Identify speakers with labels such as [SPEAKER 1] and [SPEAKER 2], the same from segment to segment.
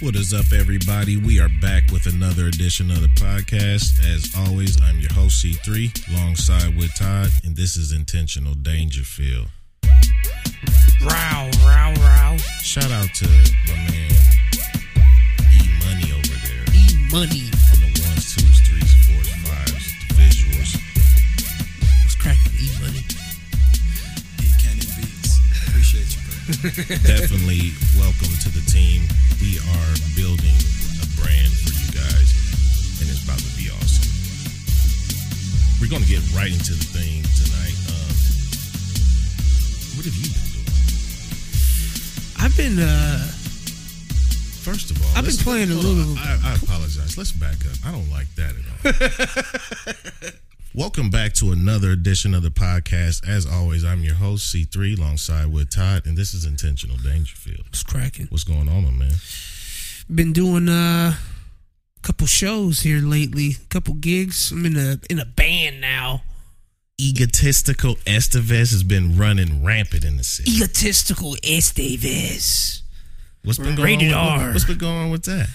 [SPEAKER 1] What is up, everybody? We are back with another edition of the podcast. As always, I'm your host, C3, alongside with Todd, and this is Intentional Dangerfield.
[SPEAKER 2] Row, row, row.
[SPEAKER 1] Shout out to my man E Money over there
[SPEAKER 2] E money.
[SPEAKER 1] on the ones, twos, threes, fours, fives, the visuals.
[SPEAKER 2] It's cracking E money.
[SPEAKER 3] Big Cannon Beats. Appreciate you, bro.
[SPEAKER 1] Definitely welcome to the team. We are building a brand for you guys, and it's about to be awesome. We're going to get right into the thing tonight. Um, what have you been doing?
[SPEAKER 2] I've been uh
[SPEAKER 1] First of all,
[SPEAKER 2] I've been
[SPEAKER 1] let's-
[SPEAKER 2] playing a
[SPEAKER 1] hold on.
[SPEAKER 2] little-
[SPEAKER 1] I, I apologize. Let's back up. I don't like that at all. Welcome back to another edition of the podcast. As always, I'm your host C3, alongside with Todd, and this is Intentional Dangerfield.
[SPEAKER 2] it's cracking.
[SPEAKER 1] What's going on, my man?
[SPEAKER 2] Been doing uh a couple shows here lately, couple gigs. I'm in a in a band now.
[SPEAKER 1] Egotistical Estevez has been running rampant in the city.
[SPEAKER 2] Egotistical Estevez.
[SPEAKER 1] What's been going
[SPEAKER 2] Rated
[SPEAKER 1] on? with-
[SPEAKER 2] R.
[SPEAKER 1] What's been going on with that?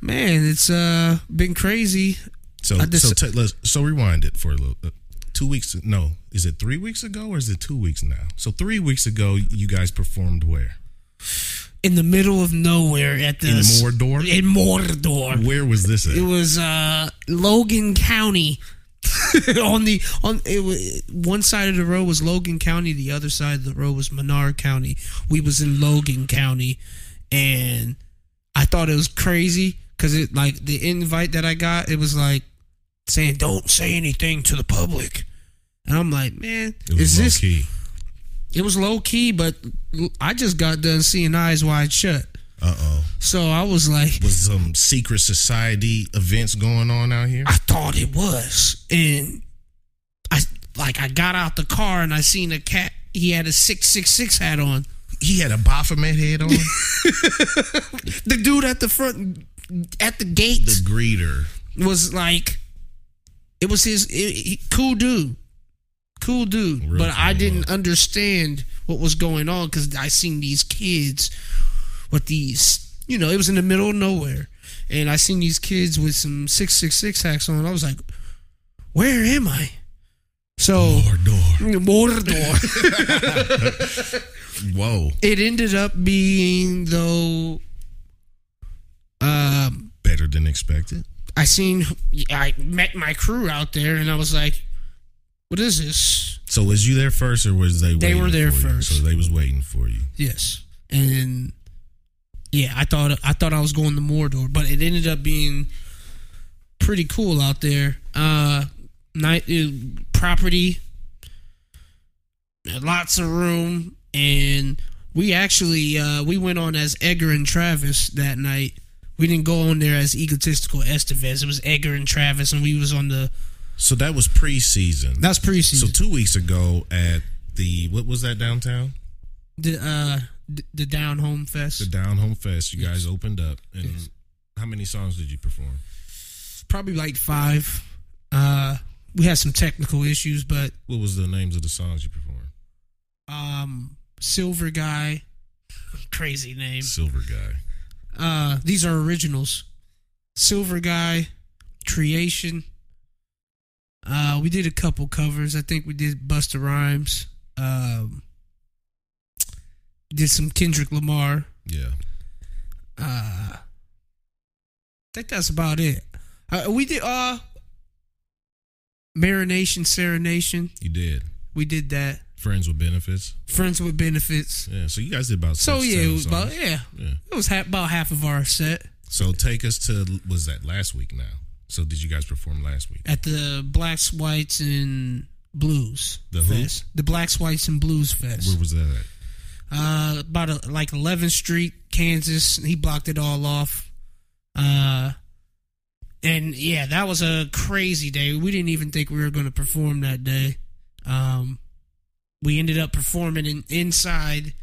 [SPEAKER 2] Man, it's uh been crazy.
[SPEAKER 1] So,
[SPEAKER 2] I just-
[SPEAKER 1] so, t- let's, so rewind it for a little. Uh, two weeks? No, is it three weeks ago or is it two weeks now? So three weeks ago, you guys performed where?
[SPEAKER 2] In the middle of nowhere at the
[SPEAKER 1] In Mordor?
[SPEAKER 2] In Mordor.
[SPEAKER 1] Where was this at?
[SPEAKER 2] It was uh, Logan County. on the on it was, one side of the road was Logan County, the other side of the road was Menard County. We was in Logan County, and I thought it was crazy because it like the invite that I got, it was like saying don't say anything to the public, and I'm like, man,
[SPEAKER 1] It was
[SPEAKER 2] is
[SPEAKER 1] low
[SPEAKER 2] this?
[SPEAKER 1] key.
[SPEAKER 2] It was low key, but l- I just got done seeing eyes wide shut,
[SPEAKER 1] Uh oh.
[SPEAKER 2] so I was like,
[SPEAKER 1] Was some secret society events going on out here?
[SPEAKER 2] I thought it was, and I like I got out the car and I seen a cat. He had a six six six hat on.
[SPEAKER 1] He had a Baphomet head on. the
[SPEAKER 2] The dude at the front at the gate
[SPEAKER 1] greeter.
[SPEAKER 2] was like, it was his it, he- cool dude, cool dude.
[SPEAKER 1] Real
[SPEAKER 2] but I
[SPEAKER 1] cool
[SPEAKER 2] didn't
[SPEAKER 1] dude.
[SPEAKER 2] understand what was going on because I seen these kids with these, you know, it was in the middle of nowhere, and I seen these kids with some six six six hats on. I was like, where am I? So.
[SPEAKER 1] Mordor.
[SPEAKER 2] Mordor.
[SPEAKER 1] Whoa.
[SPEAKER 2] it ended up being though. Um,
[SPEAKER 1] Better than expected.
[SPEAKER 2] I seen I met my crew out there, and I was like, "What is this?"
[SPEAKER 1] So was you there first, or was they?
[SPEAKER 2] They
[SPEAKER 1] waiting
[SPEAKER 2] were there
[SPEAKER 1] for you?
[SPEAKER 2] first.
[SPEAKER 1] So they was waiting for you.
[SPEAKER 2] Yes, and yeah, I thought I thought I was going to Mordor, but it ended up being pretty cool out there. Uh, night uh, property, lots of room, and we actually uh, we went on as Edgar and Travis that night. We didn't go on there as egotistical Estevez. It was Edgar and Travis, and we was on the
[SPEAKER 1] So that was preseason.
[SPEAKER 2] that's
[SPEAKER 1] so
[SPEAKER 2] preseason.
[SPEAKER 1] two weeks ago at the what was that downtown?
[SPEAKER 2] the uh, the, the Down Home Fest.
[SPEAKER 1] The Down Home Fest. You
[SPEAKER 2] Yes.
[SPEAKER 1] guys opened up, and
[SPEAKER 2] Yes.
[SPEAKER 1] how many songs did you perform?
[SPEAKER 2] probably like five. Uh, we had some technical issues, but
[SPEAKER 1] What was the names of the songs you performed?
[SPEAKER 2] um, Silver Guy, crazy name.
[SPEAKER 1] Silver Guy.
[SPEAKER 2] Uh, these are originals. Silver Guy, Creation. Uh, we did a couple covers. I think we did Busta Rhymes. Um, did some Kendrick Lamar.
[SPEAKER 1] Yeah.
[SPEAKER 2] Uh, I think that's about it. Uh, we did uh, Marination, Serenation.
[SPEAKER 1] You did.
[SPEAKER 2] We did that.
[SPEAKER 1] Friends with benefits.
[SPEAKER 2] Friends with benefits.
[SPEAKER 1] Yeah. So you guys did about.
[SPEAKER 2] So
[SPEAKER 1] six,
[SPEAKER 2] yeah, it
[SPEAKER 1] seven
[SPEAKER 2] was about
[SPEAKER 1] songs.
[SPEAKER 2] yeah,
[SPEAKER 1] Yeah.
[SPEAKER 2] it was ha- about half of our set
[SPEAKER 1] So take us to was that last week now? So did you guys perform last week?
[SPEAKER 2] at the Blacks, Whites, and Blues
[SPEAKER 1] The who?
[SPEAKER 2] Fest. The Blacks, Whites, and Blues
[SPEAKER 1] Where
[SPEAKER 2] Fest.
[SPEAKER 1] was that at?
[SPEAKER 2] Uh, about a, like 11th Street, Kansas. He blocked it all off. Uh, and yeah, that was a crazy day. We didn't even think we were going to perform that day. Um, we ended up performing in, inside,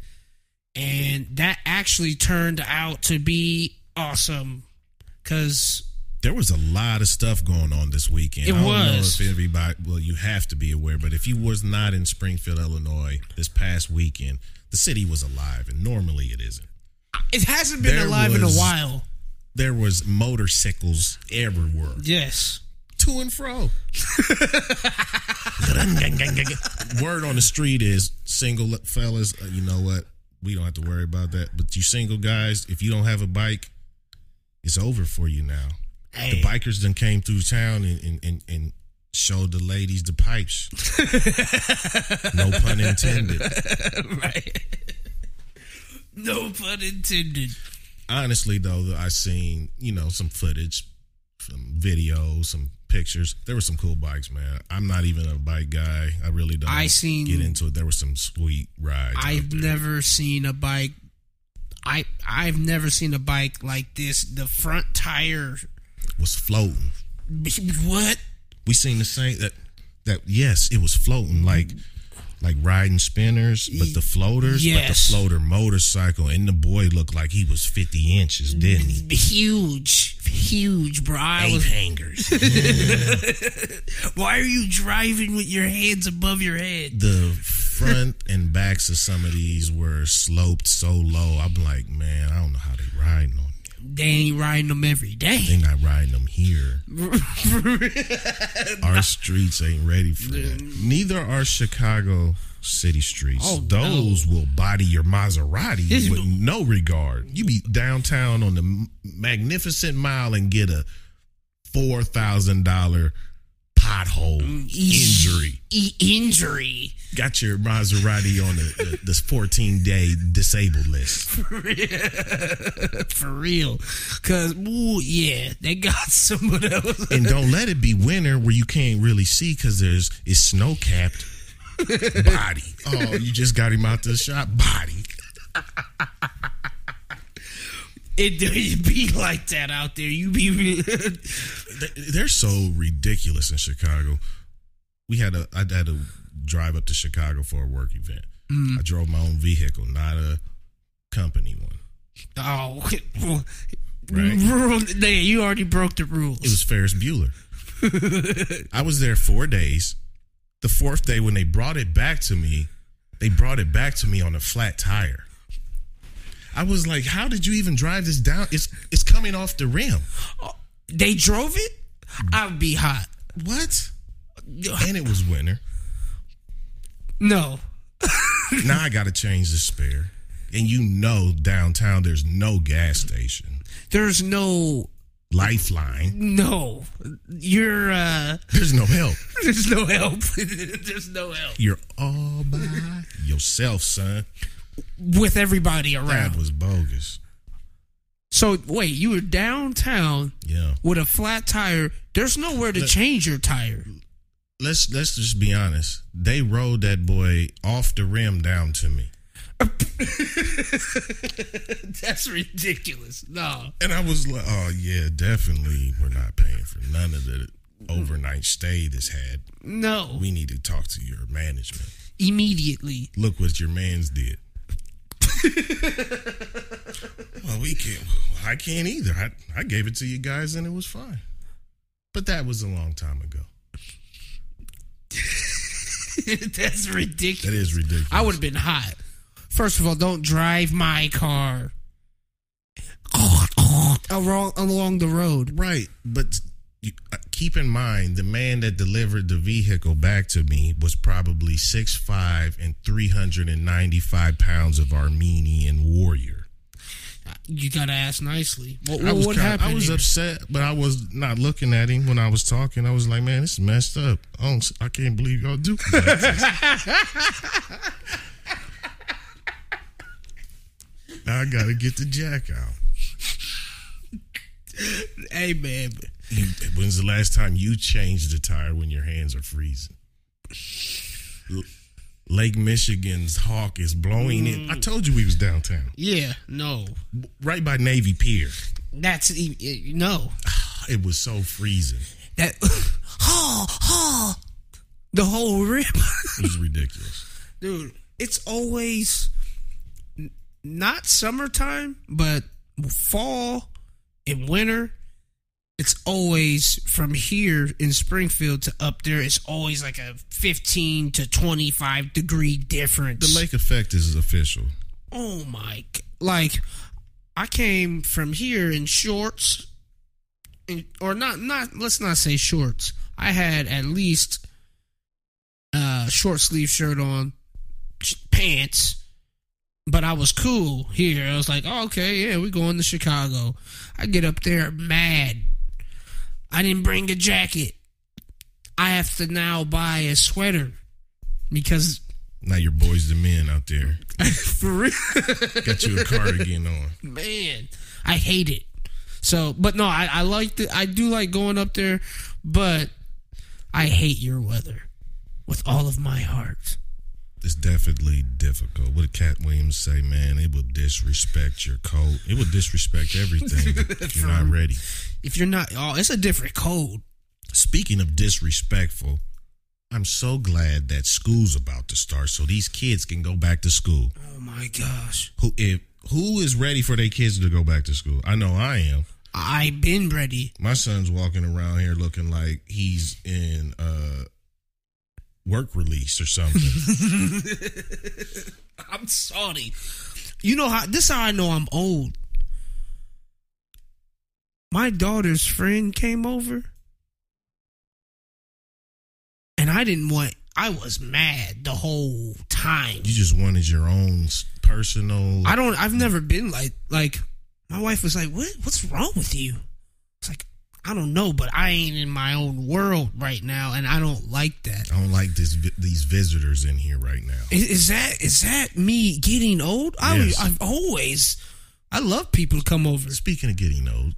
[SPEAKER 2] and that actually turned out to be awesome because
[SPEAKER 1] There was a lot of stuff going on this weekend.
[SPEAKER 2] It
[SPEAKER 1] I don't
[SPEAKER 2] was.
[SPEAKER 1] know if everybody well, you have to be aware, but if you was not in Springfield, Illinois this past weekend, the city was alive and normally it isn't.
[SPEAKER 2] It hasn't been
[SPEAKER 1] There
[SPEAKER 2] alive in
[SPEAKER 1] was-
[SPEAKER 2] a while.
[SPEAKER 1] There was motorcycles everywhere,
[SPEAKER 2] Yes.
[SPEAKER 1] to and fro. Word on the street is single fellas. uh, You know what? We don't have to worry about that. But you single guys, if you don't have a bike, it's over for you now.
[SPEAKER 2] Hey.
[SPEAKER 1] The bikers then came through town and and, and, and showed the ladies the pipes. no pun intended.
[SPEAKER 2] right. no pun intended.
[SPEAKER 1] honestly though that i seen you know some footage some videos some pictures there were some cool bikes man i'm not even a bike guy i really don't
[SPEAKER 2] I seen-
[SPEAKER 1] get into it there were some sweet rides out
[SPEAKER 2] I've
[SPEAKER 1] there.
[SPEAKER 2] never seen a bike. I I've never seen a bike like this. The front tire.
[SPEAKER 1] was floating
[SPEAKER 2] What?
[SPEAKER 1] we seen the same that that yes it was floating like like riding spinners but the floaters but the
[SPEAKER 2] Yes.
[SPEAKER 1] floater motorcycle and the boy looked like he was 50 inches didn't he
[SPEAKER 2] Huge, huge, bro. I
[SPEAKER 1] Eight
[SPEAKER 2] was,
[SPEAKER 1] hangers
[SPEAKER 2] why are you driving with your hands above your head?
[SPEAKER 1] the front and backs of some of these were sloped so low. I'm like, man, I don't know how they riding on. them.
[SPEAKER 2] They ain't riding them every day.
[SPEAKER 1] They not riding them here. Our streets ain't ready for that. Neither are Chicago city streets.
[SPEAKER 2] Oh,
[SPEAKER 1] Those will body your Maserati
[SPEAKER 2] This-
[SPEAKER 1] with no regard. You be downtown on the m- magnificent mile and get a four thousand dollar pothole injury.
[SPEAKER 2] E- injury.
[SPEAKER 1] got your Maserati on the, the, this 14 day disabled list.
[SPEAKER 2] For real. Cause ooh, yeah, they got some of those.
[SPEAKER 1] And don't let it be winter where you can't really see because there's it's snow capped. Body. Oh, you just got him out the shop. Body.
[SPEAKER 2] It do you be like that out there. You be re-
[SPEAKER 1] They- They're so ridiculous in Chicago. We had a I had to drive up to Chicago for a work event. I drove my own vehicle, not a company one.
[SPEAKER 2] Oh,
[SPEAKER 1] Right.
[SPEAKER 2] Rule, yeah, you already broke the rules.
[SPEAKER 1] It was Ferris Bueller. I was there four days. The fourth day, when they brought it back to me, they brought it back to me on a flat tire. I was like, "How did you even drive this down? It's it's coming off the rim.
[SPEAKER 2] Oh, they drove it. I'd be hot.
[SPEAKER 1] What?" And it was winter.
[SPEAKER 2] No,
[SPEAKER 1] Now I got to change the spare. And you know, downtown there's no gas station,
[SPEAKER 2] there's no,
[SPEAKER 1] lifeline.
[SPEAKER 2] no. You're uh,
[SPEAKER 1] There's no help.
[SPEAKER 2] there's no help. there's no help
[SPEAKER 1] You're all by yourself, son.
[SPEAKER 2] with everybody
[SPEAKER 1] That
[SPEAKER 2] around.
[SPEAKER 1] was bogus.
[SPEAKER 2] So wait, you were downtown
[SPEAKER 1] Yeah.
[SPEAKER 2] with a flat tire. There's nowhere to change your tire.
[SPEAKER 1] let's let's just be honest. They rode that boy off the rim down to me,
[SPEAKER 2] That's ridiculous. No,
[SPEAKER 1] and I was like, "Oh yeah, definitely, we're not paying for none of the overnight stay this had.
[SPEAKER 2] no.
[SPEAKER 1] We need to talk to your management.
[SPEAKER 2] Immediately.
[SPEAKER 1] Look what your man's did." well, we can't. I can't either. I I gave it to you guys, and it was fine. But that was a long time ago.
[SPEAKER 2] That's ridiculous.
[SPEAKER 1] That is ridiculous.
[SPEAKER 2] I would have been hot. First of all, don't drive my car along along the road.
[SPEAKER 1] Right, but you- uh, keep in mind the man that delivered the vehicle back to me was probably six five and three hundred and ninety five pounds of Armenian warrior.
[SPEAKER 2] You gotta ask nicely. What,
[SPEAKER 1] I was
[SPEAKER 2] what
[SPEAKER 1] kinda-
[SPEAKER 2] happened?
[SPEAKER 1] I was
[SPEAKER 2] here?
[SPEAKER 1] upset, but I was not looking at him when I was talking. I was like, "Man, this is messed up. I, don't, I can't believe y'all do." that." now I gotta get the jack out.
[SPEAKER 2] Hey man,
[SPEAKER 1] You, when's the last time you changed the tire when your hands are freezing? L- Lake Michigan's hawk is blowing in. I told you we was downtown,
[SPEAKER 2] yeah, no,
[SPEAKER 1] right by Navy Pier.
[SPEAKER 2] that's e- e- no.
[SPEAKER 1] It was so freezing.
[SPEAKER 2] That ha ha, the whole rip,
[SPEAKER 1] It was ridiculous.
[SPEAKER 2] dude. It's always n- not summertime, but fall and winter. it's always from here in Springfield to up there. It's always like a fifteen to twenty-five degree difference.
[SPEAKER 1] The lake effect is official.
[SPEAKER 2] oh my! g- Like I came from here in shorts, and, or not not let's not say shorts. I had at least uh short sleeve shirt on, sh- pants, but I was cool here. I was like, oh, okay, yeah, we going to Chicago. I get up there mad. I didn't bring a jacket. I have to now buy a sweater because
[SPEAKER 1] Now your boys the men out there.
[SPEAKER 2] for real.
[SPEAKER 1] Got you a cardigan on.
[SPEAKER 2] man, I hate it. So, but no, I, I like the, I do like going up there, but I hate your weather with all of my heart.
[SPEAKER 1] It's definitely difficult. What did Cat Williams say, man? It will disrespect your coat. It will disrespect everything if you're not ready.
[SPEAKER 2] If you're not, oh, it's a different code.
[SPEAKER 1] Speaking of disrespectful, I'm so glad that school's about to start so these kids can go back to school.
[SPEAKER 2] Oh my gosh,
[SPEAKER 1] Who if who is ready for their kids to go back to school? I know I am.
[SPEAKER 2] I've been ready.
[SPEAKER 1] My son's walking around here looking like he's in uh work release or something.
[SPEAKER 2] I'm sorry. You know how this? Is how I know I'm old. My daughter's friend came over, and I didn't want. I was mad the whole time.
[SPEAKER 1] you just wanted your own s- personal
[SPEAKER 2] I don't. I've never been like like. My wife was like, "What? What's wrong with you?" It's like I don't know, but I ain't in my own world right now, and I don't like that.
[SPEAKER 1] I don't like this vi- these visitors in here right now.
[SPEAKER 2] Is, is that is that me getting old? I was,
[SPEAKER 1] Yes.
[SPEAKER 2] I've always. I love people to come over.
[SPEAKER 1] Speaking of getting old,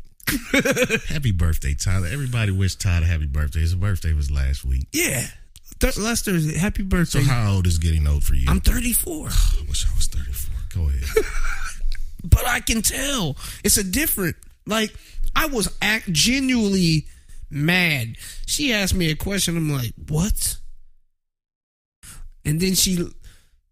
[SPEAKER 1] happy birthday, Tyler. Everybody wished Tyler happy birthday. His birthday was last week.
[SPEAKER 2] Yeah. Th- last Thursday. Happy birthday.
[SPEAKER 1] So how old is getting old for you?
[SPEAKER 2] I'm 34.
[SPEAKER 1] I wish I was 34. Go ahead.
[SPEAKER 2] But I can tell it's a different. Like, I was act- genuinely mad. She asked me a question. I'm like, what? And then she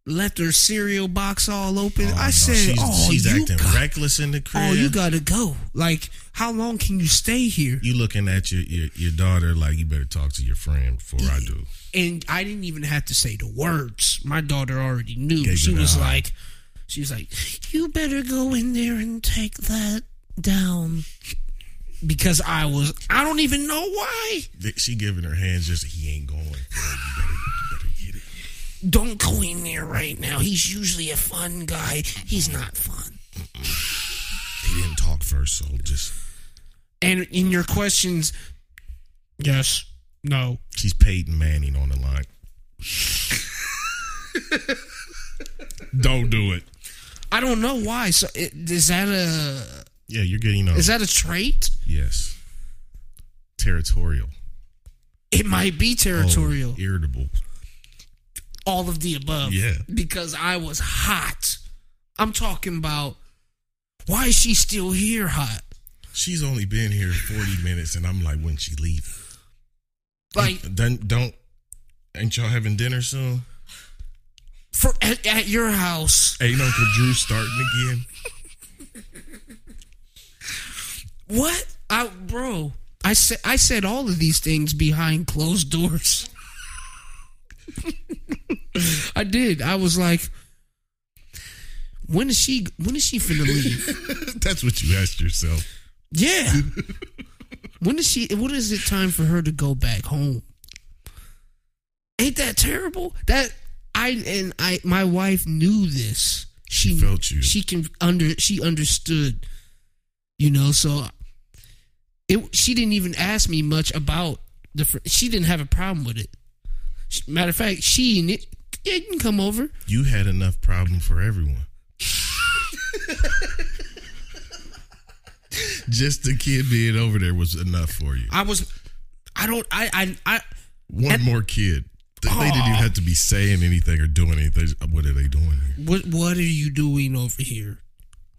[SPEAKER 2] left her cereal box all open.
[SPEAKER 1] Oh,
[SPEAKER 2] I
[SPEAKER 1] no,
[SPEAKER 2] said,
[SPEAKER 1] she's,
[SPEAKER 2] oh,
[SPEAKER 1] she's
[SPEAKER 2] you
[SPEAKER 1] acting
[SPEAKER 2] got-
[SPEAKER 1] reckless in the crib.
[SPEAKER 2] oh, you gotta go. Like, how long can you stay here?
[SPEAKER 1] You looking at your, your your daughter like you better talk to your friend before I do.
[SPEAKER 2] and I didn't even have to say the words. My daughter already knew.
[SPEAKER 1] Gave
[SPEAKER 2] she
[SPEAKER 1] you the
[SPEAKER 2] was
[SPEAKER 1] eye.
[SPEAKER 2] like, she was like, you better go in there and take that down. Because I was, I don't even know why.
[SPEAKER 1] Th- She giving her hands just he ain't going. Girl, you better, you better get it.
[SPEAKER 2] Don't go in there right now. He's usually a fun guy. He's not fun.
[SPEAKER 1] He didn't talk first, so just
[SPEAKER 2] And in your questions, yes, no.
[SPEAKER 1] she's Peyton Manning on the line. Don't do it.
[SPEAKER 2] I don't know why. So it, is that a
[SPEAKER 1] Yeah, you're getting old.
[SPEAKER 2] is that a trait?
[SPEAKER 1] yes. Territorial.
[SPEAKER 2] It might be
[SPEAKER 1] Old,
[SPEAKER 2] territorial.
[SPEAKER 1] irritable.
[SPEAKER 2] all of the above.
[SPEAKER 1] Yeah.
[SPEAKER 2] Because I was hot. I'm talking about why is she still here hot?
[SPEAKER 1] She's only been here 40 minutes, and I'm like, when she leave?
[SPEAKER 2] Like
[SPEAKER 1] Don't, don't ain't y'all having dinner soon?
[SPEAKER 2] for at, at your house.
[SPEAKER 1] Ain't Uncle Drew starting again?
[SPEAKER 2] What? I bro, I said I said all of these things behind closed doors. I did. I was like when is she when is she finna leave?
[SPEAKER 1] That's what you asked yourself.
[SPEAKER 2] yeah. When is she when is it time for her to go back home? Ain't that terrible? That I and I my wife knew this. She,
[SPEAKER 1] felt you.
[SPEAKER 2] She can under she understood. You know, so it she didn't even ask me much about the fr- she didn't have a problem with it. She- Matter of fact, she and it yeah, you can come over.
[SPEAKER 1] You had enough problem for everyone. Just the kid being over there was enough for you.
[SPEAKER 2] I was I don't I I, I
[SPEAKER 1] One more kid. They, they didn't even have to be saying anything or doing anything. What are they doing here?
[SPEAKER 2] What What are you doing over here?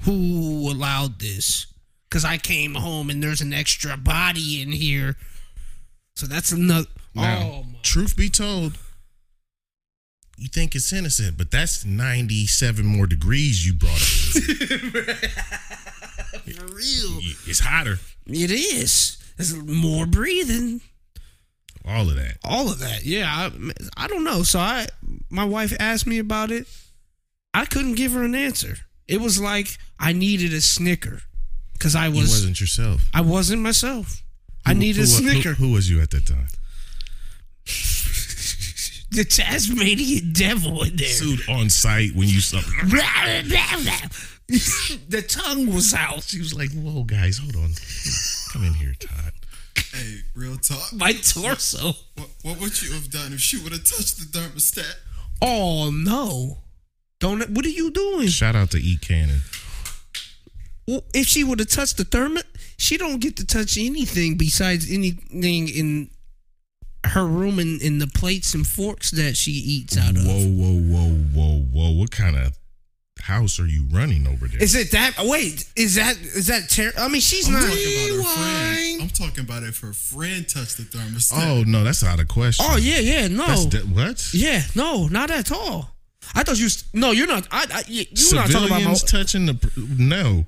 [SPEAKER 2] Who allowed this? Because I came home and there's an extra body in here. So that's another.
[SPEAKER 1] Now,
[SPEAKER 2] oh my!
[SPEAKER 1] truth be told, you think it's innocent, but that's 97 more degrees you brought up.
[SPEAKER 2] For real,
[SPEAKER 1] it's hotter.
[SPEAKER 2] it is. There's more breathing.
[SPEAKER 1] All of that.
[SPEAKER 2] All of that. Yeah, I, I don't know. So I, my wife asked me about it. I couldn't give her an answer. It was like I needed a Snicker because I
[SPEAKER 1] You
[SPEAKER 2] was
[SPEAKER 1] wasn't yourself.
[SPEAKER 2] I wasn't myself. I
[SPEAKER 1] Who-
[SPEAKER 2] needed a
[SPEAKER 1] who-
[SPEAKER 2] Snicker.
[SPEAKER 1] Who, who was you at that time?
[SPEAKER 2] the Tasmanian devil in there.
[SPEAKER 1] Sued on site when you saw.
[SPEAKER 2] the tongue was out.
[SPEAKER 1] She was like, "Whoa, guys, hold on, come in here, Todd."
[SPEAKER 3] Hey, real talk.
[SPEAKER 2] My torso.
[SPEAKER 3] What, what would you have done if she would have touched the thermostat?
[SPEAKER 2] Oh no! Don't. What are you doing?
[SPEAKER 1] Shout out to E Cannon.
[SPEAKER 2] Well, if she would have touched the thermit, she don't get to touch anything besides anything in her room and in the plates and forks that she eats out of.
[SPEAKER 1] Whoa, whoa, whoa, whoa, whoa! What kind of house are you running over there?
[SPEAKER 2] Is it that? Wait, is that is that? Ter- I mean, she's
[SPEAKER 3] I'm
[SPEAKER 2] not.
[SPEAKER 3] talking about her friend.
[SPEAKER 2] Rewind.
[SPEAKER 3] I'm talking about if her friend touched the thermostat.
[SPEAKER 1] oh no, that's out of question.
[SPEAKER 2] Oh yeah, yeah, no,
[SPEAKER 1] that's de- what?
[SPEAKER 2] yeah, no, not at all. I thought you. s no, you're not. I. I you- you're not
[SPEAKER 1] Civilians
[SPEAKER 2] talking about my.
[SPEAKER 1] touching the pr- no.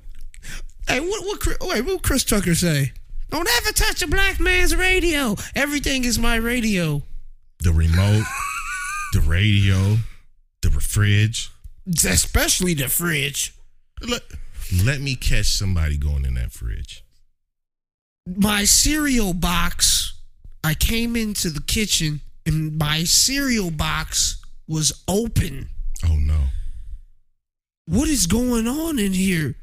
[SPEAKER 2] Hey, what? What? Chris- Wait, what? Chris Tucker say? Don't ever touch a black man's radio. Everything is my radio.
[SPEAKER 1] the remote, the radio, the fridge.
[SPEAKER 2] Especially the fridge.
[SPEAKER 1] Let, let me catch somebody going in that fridge.
[SPEAKER 2] my cereal box i came into the kitchen and my cereal box was open
[SPEAKER 1] Oh no.
[SPEAKER 2] what is going on in here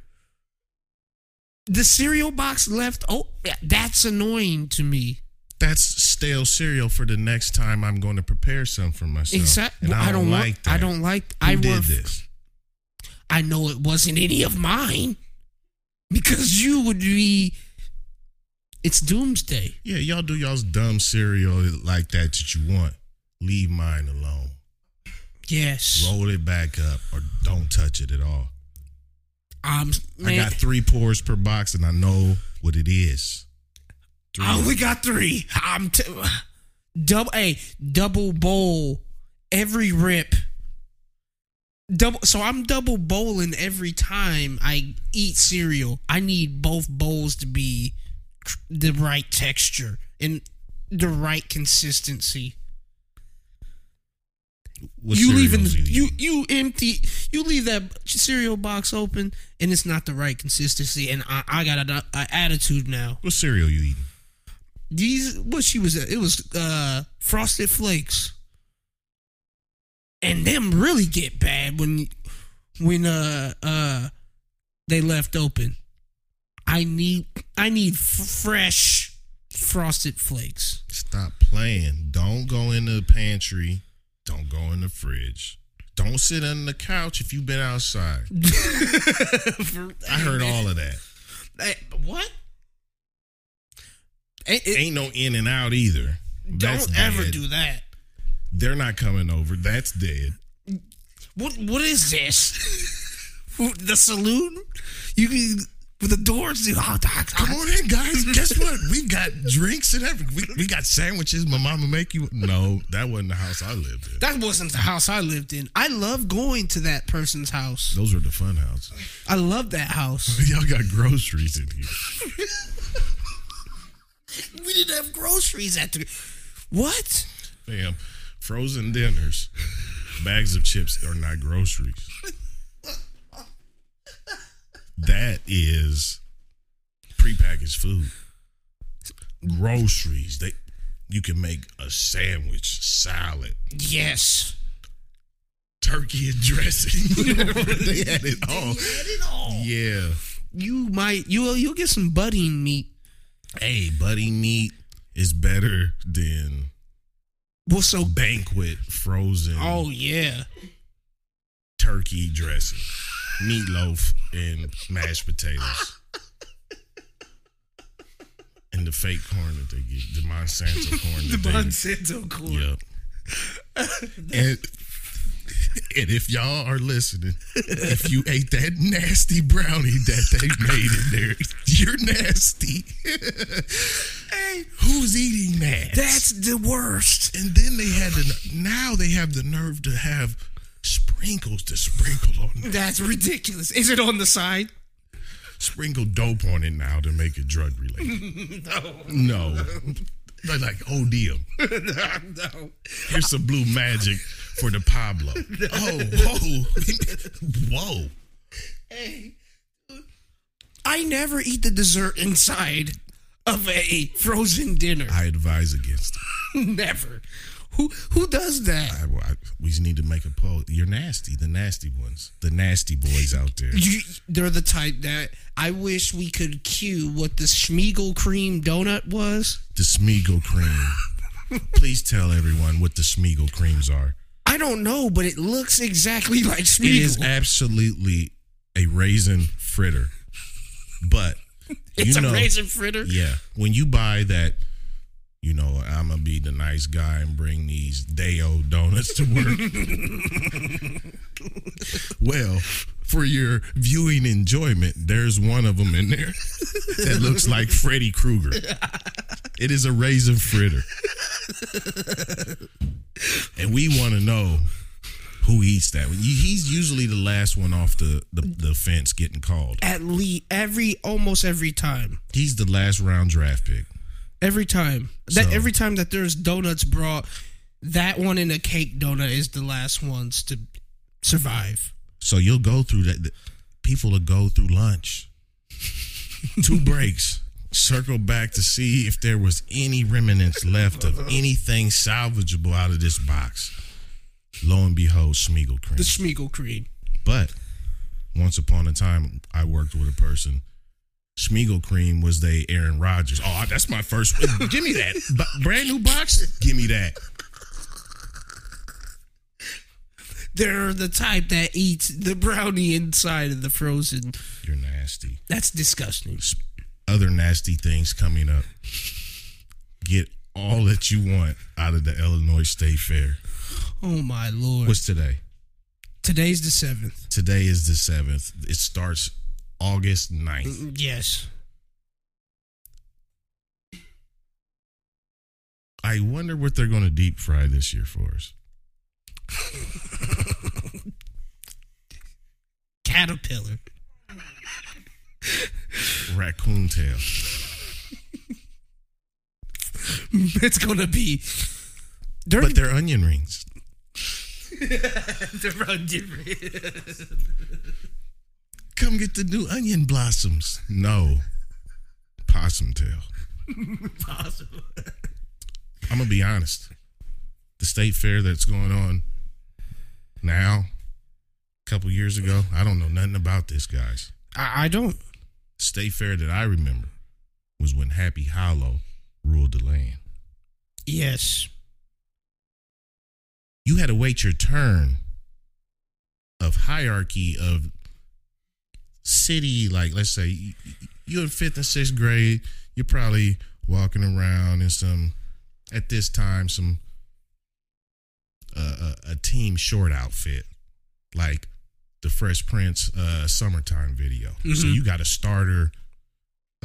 [SPEAKER 2] the cereal box left oh that's annoying to me
[SPEAKER 1] That's stale cereal for the next time I'm going to prepare some for myself.
[SPEAKER 2] exactly
[SPEAKER 1] And
[SPEAKER 2] I, don't
[SPEAKER 1] like
[SPEAKER 2] like
[SPEAKER 1] that.
[SPEAKER 2] i don't like
[SPEAKER 1] Who
[SPEAKER 2] i
[SPEAKER 1] did
[SPEAKER 2] want
[SPEAKER 1] this.
[SPEAKER 2] i know it wasn't any of mine because you would be it's doomsday
[SPEAKER 1] Yeah, y'all do y'all's dumb cereal like that that you want. Leave mine alone.
[SPEAKER 2] yes
[SPEAKER 1] Roll it back up or don't touch it at all.
[SPEAKER 2] i'm
[SPEAKER 1] I
[SPEAKER 2] man,
[SPEAKER 1] got three pours per box and I know what it is. Three.
[SPEAKER 2] I only oh, got three. I'm t- double a double bowl every rip. Double, so I'm double bowling every time I eat cereal. I need both bowls to be tr- the right texture and the right consistency.
[SPEAKER 1] What
[SPEAKER 2] you leave in
[SPEAKER 1] cereals
[SPEAKER 2] the,
[SPEAKER 1] do
[SPEAKER 2] you
[SPEAKER 1] eat?
[SPEAKER 2] you empty. You leave that cereal box open, and it's not the right consistency. And I, I got an a attitude now.
[SPEAKER 1] What cereal you eating?
[SPEAKER 2] these what she was at it was uh frosted flakes and them really get bad when when uh uh they left open i need i need f- fresh frosted flakes
[SPEAKER 1] Stop playing. Don't go in the pantry. Don't go in the fridge. Don't sit on the couch if you've been outside. I heard all of that.
[SPEAKER 2] Eh, what Eh, eh,
[SPEAKER 1] Ain't no in and out either. That's
[SPEAKER 2] don't ever
[SPEAKER 1] dead.
[SPEAKER 2] do that
[SPEAKER 1] They're not coming over. That's dead.
[SPEAKER 2] What what is this? the saloon? You can with the doors? You, oh, doc,
[SPEAKER 1] Come on in, guys. Guess what? We got drinks and everything. We, we got sandwiches. My mama make you. No, that wasn't the house I lived in.
[SPEAKER 2] That wasn't the house I lived in. I love going to that person's house.
[SPEAKER 1] Those are the fun houses.
[SPEAKER 2] I love that house.
[SPEAKER 1] Y'all got groceries in here.
[SPEAKER 2] we didn't have groceries at the. What?
[SPEAKER 1] Fam, frozen dinners, bags of chips are not groceries. that is prepackaged food. Groceries. They you can make a sandwich, salad,
[SPEAKER 2] Yes.
[SPEAKER 1] turkey and dressing. they had it all.
[SPEAKER 2] Had it all.
[SPEAKER 1] Yeah.
[SPEAKER 2] You might you you'll get some budding meat.
[SPEAKER 1] Hey, buddy meat is better than
[SPEAKER 2] Well, so
[SPEAKER 1] banquet frozen.
[SPEAKER 2] oh yeah,
[SPEAKER 1] turkey dressing, meatloaf, and mashed potatoes. And the fake corn that they get, the Monsanto corn. that they-
[SPEAKER 2] Monsanto corn.
[SPEAKER 1] Yep. and, and if y'all are listening, if you ate that nasty brownie that they made in there, you're nasty. hey, who's eating that?
[SPEAKER 2] That's the worst.
[SPEAKER 1] And then they had the now they have the nerve to have sprinkles to sprinkle on it.
[SPEAKER 2] That's ridiculous. Is it on the side?
[SPEAKER 1] sprinkle dope on it now to make it drug related. no, no, like like ODM.
[SPEAKER 2] no.
[SPEAKER 1] Here's some blue magic for the Pablo. Oh, whoa, whoa.
[SPEAKER 2] Hey, I never eat the dessert inside of a frozen dinner.
[SPEAKER 1] I advise against it.
[SPEAKER 2] never. Who who does that?
[SPEAKER 1] I, I, we just need to make a poll. You're nasty. The nasty ones. The nasty boys out there.
[SPEAKER 2] You, they're the type that I wish we could cue what the Schmiegel cream donut was.
[SPEAKER 1] The Smeagol cream. Please tell everyone what the Smeagol creams are.
[SPEAKER 2] I don't know, but it looks exactly like
[SPEAKER 1] It
[SPEAKER 2] Schmiegel.
[SPEAKER 1] is absolutely a raisin fritter. But
[SPEAKER 2] it's
[SPEAKER 1] you
[SPEAKER 2] a
[SPEAKER 1] know,
[SPEAKER 2] raisin fritter.
[SPEAKER 1] Yeah. When you buy that, you know, I'm gonna be the nice guy and bring these Deo donuts to work. well, for your viewing enjoyment, there's one of them in there that looks like Freddy Krueger. It is a raisin fritter. and we want to know who eats that. He's usually the last one off the, the, the fence getting called.
[SPEAKER 2] At least every almost every time.
[SPEAKER 1] He's the last round draft pick.
[SPEAKER 2] Every time. That
[SPEAKER 1] So-
[SPEAKER 2] every time that there's donuts brought, that one in a cake donut is the last ones to survive.
[SPEAKER 1] So you'll go through that. th- People will go through lunch, two breaks, circle back to see if there was any remnants left of anything salvageable out of this box. Lo and behold, Smeagol cream.
[SPEAKER 2] The Schmiegel cream.
[SPEAKER 1] But once upon a time, I worked with a person. Schmiegel cream was they Aaron Rodgers. Oh, that's my first. Give me that B- brand new box. Give me that.
[SPEAKER 2] They're the type that eats the brownie inside of the frozen.
[SPEAKER 1] You're nasty.
[SPEAKER 2] That's disgusting.
[SPEAKER 1] other nasty things coming up. Get all that you want out of the Illinois State Fair.
[SPEAKER 2] Oh my lord.
[SPEAKER 1] What's today?
[SPEAKER 2] Today's the 7th.
[SPEAKER 1] Today is the 7th. It starts August 9th.
[SPEAKER 2] Yes.
[SPEAKER 1] I wonder what they're going to deep fry this year for us.
[SPEAKER 2] Caterpillar.
[SPEAKER 1] Raccoon tail.
[SPEAKER 2] it's going to be Dirty
[SPEAKER 1] But they're onion rings.
[SPEAKER 2] the run different.
[SPEAKER 1] Come get the new onion blossoms. No. Possum tail.
[SPEAKER 2] Possible.
[SPEAKER 1] I'm going to be honest. The state fair that's going on now, a couple years ago, I don't know nothing about this, guys.
[SPEAKER 2] I, I don't.
[SPEAKER 1] state fair that I remember was when Happy Hollow ruled the land.
[SPEAKER 2] Yes.
[SPEAKER 1] You had to wait your turn of hierarchy of city, like let's say you- you're in fifth and sixth grade, you're probably walking around in some at this time some uh, a, a team short outfit like the Fresh Prince uh, summertime video. So
[SPEAKER 2] Mhm.
[SPEAKER 1] you got a starter,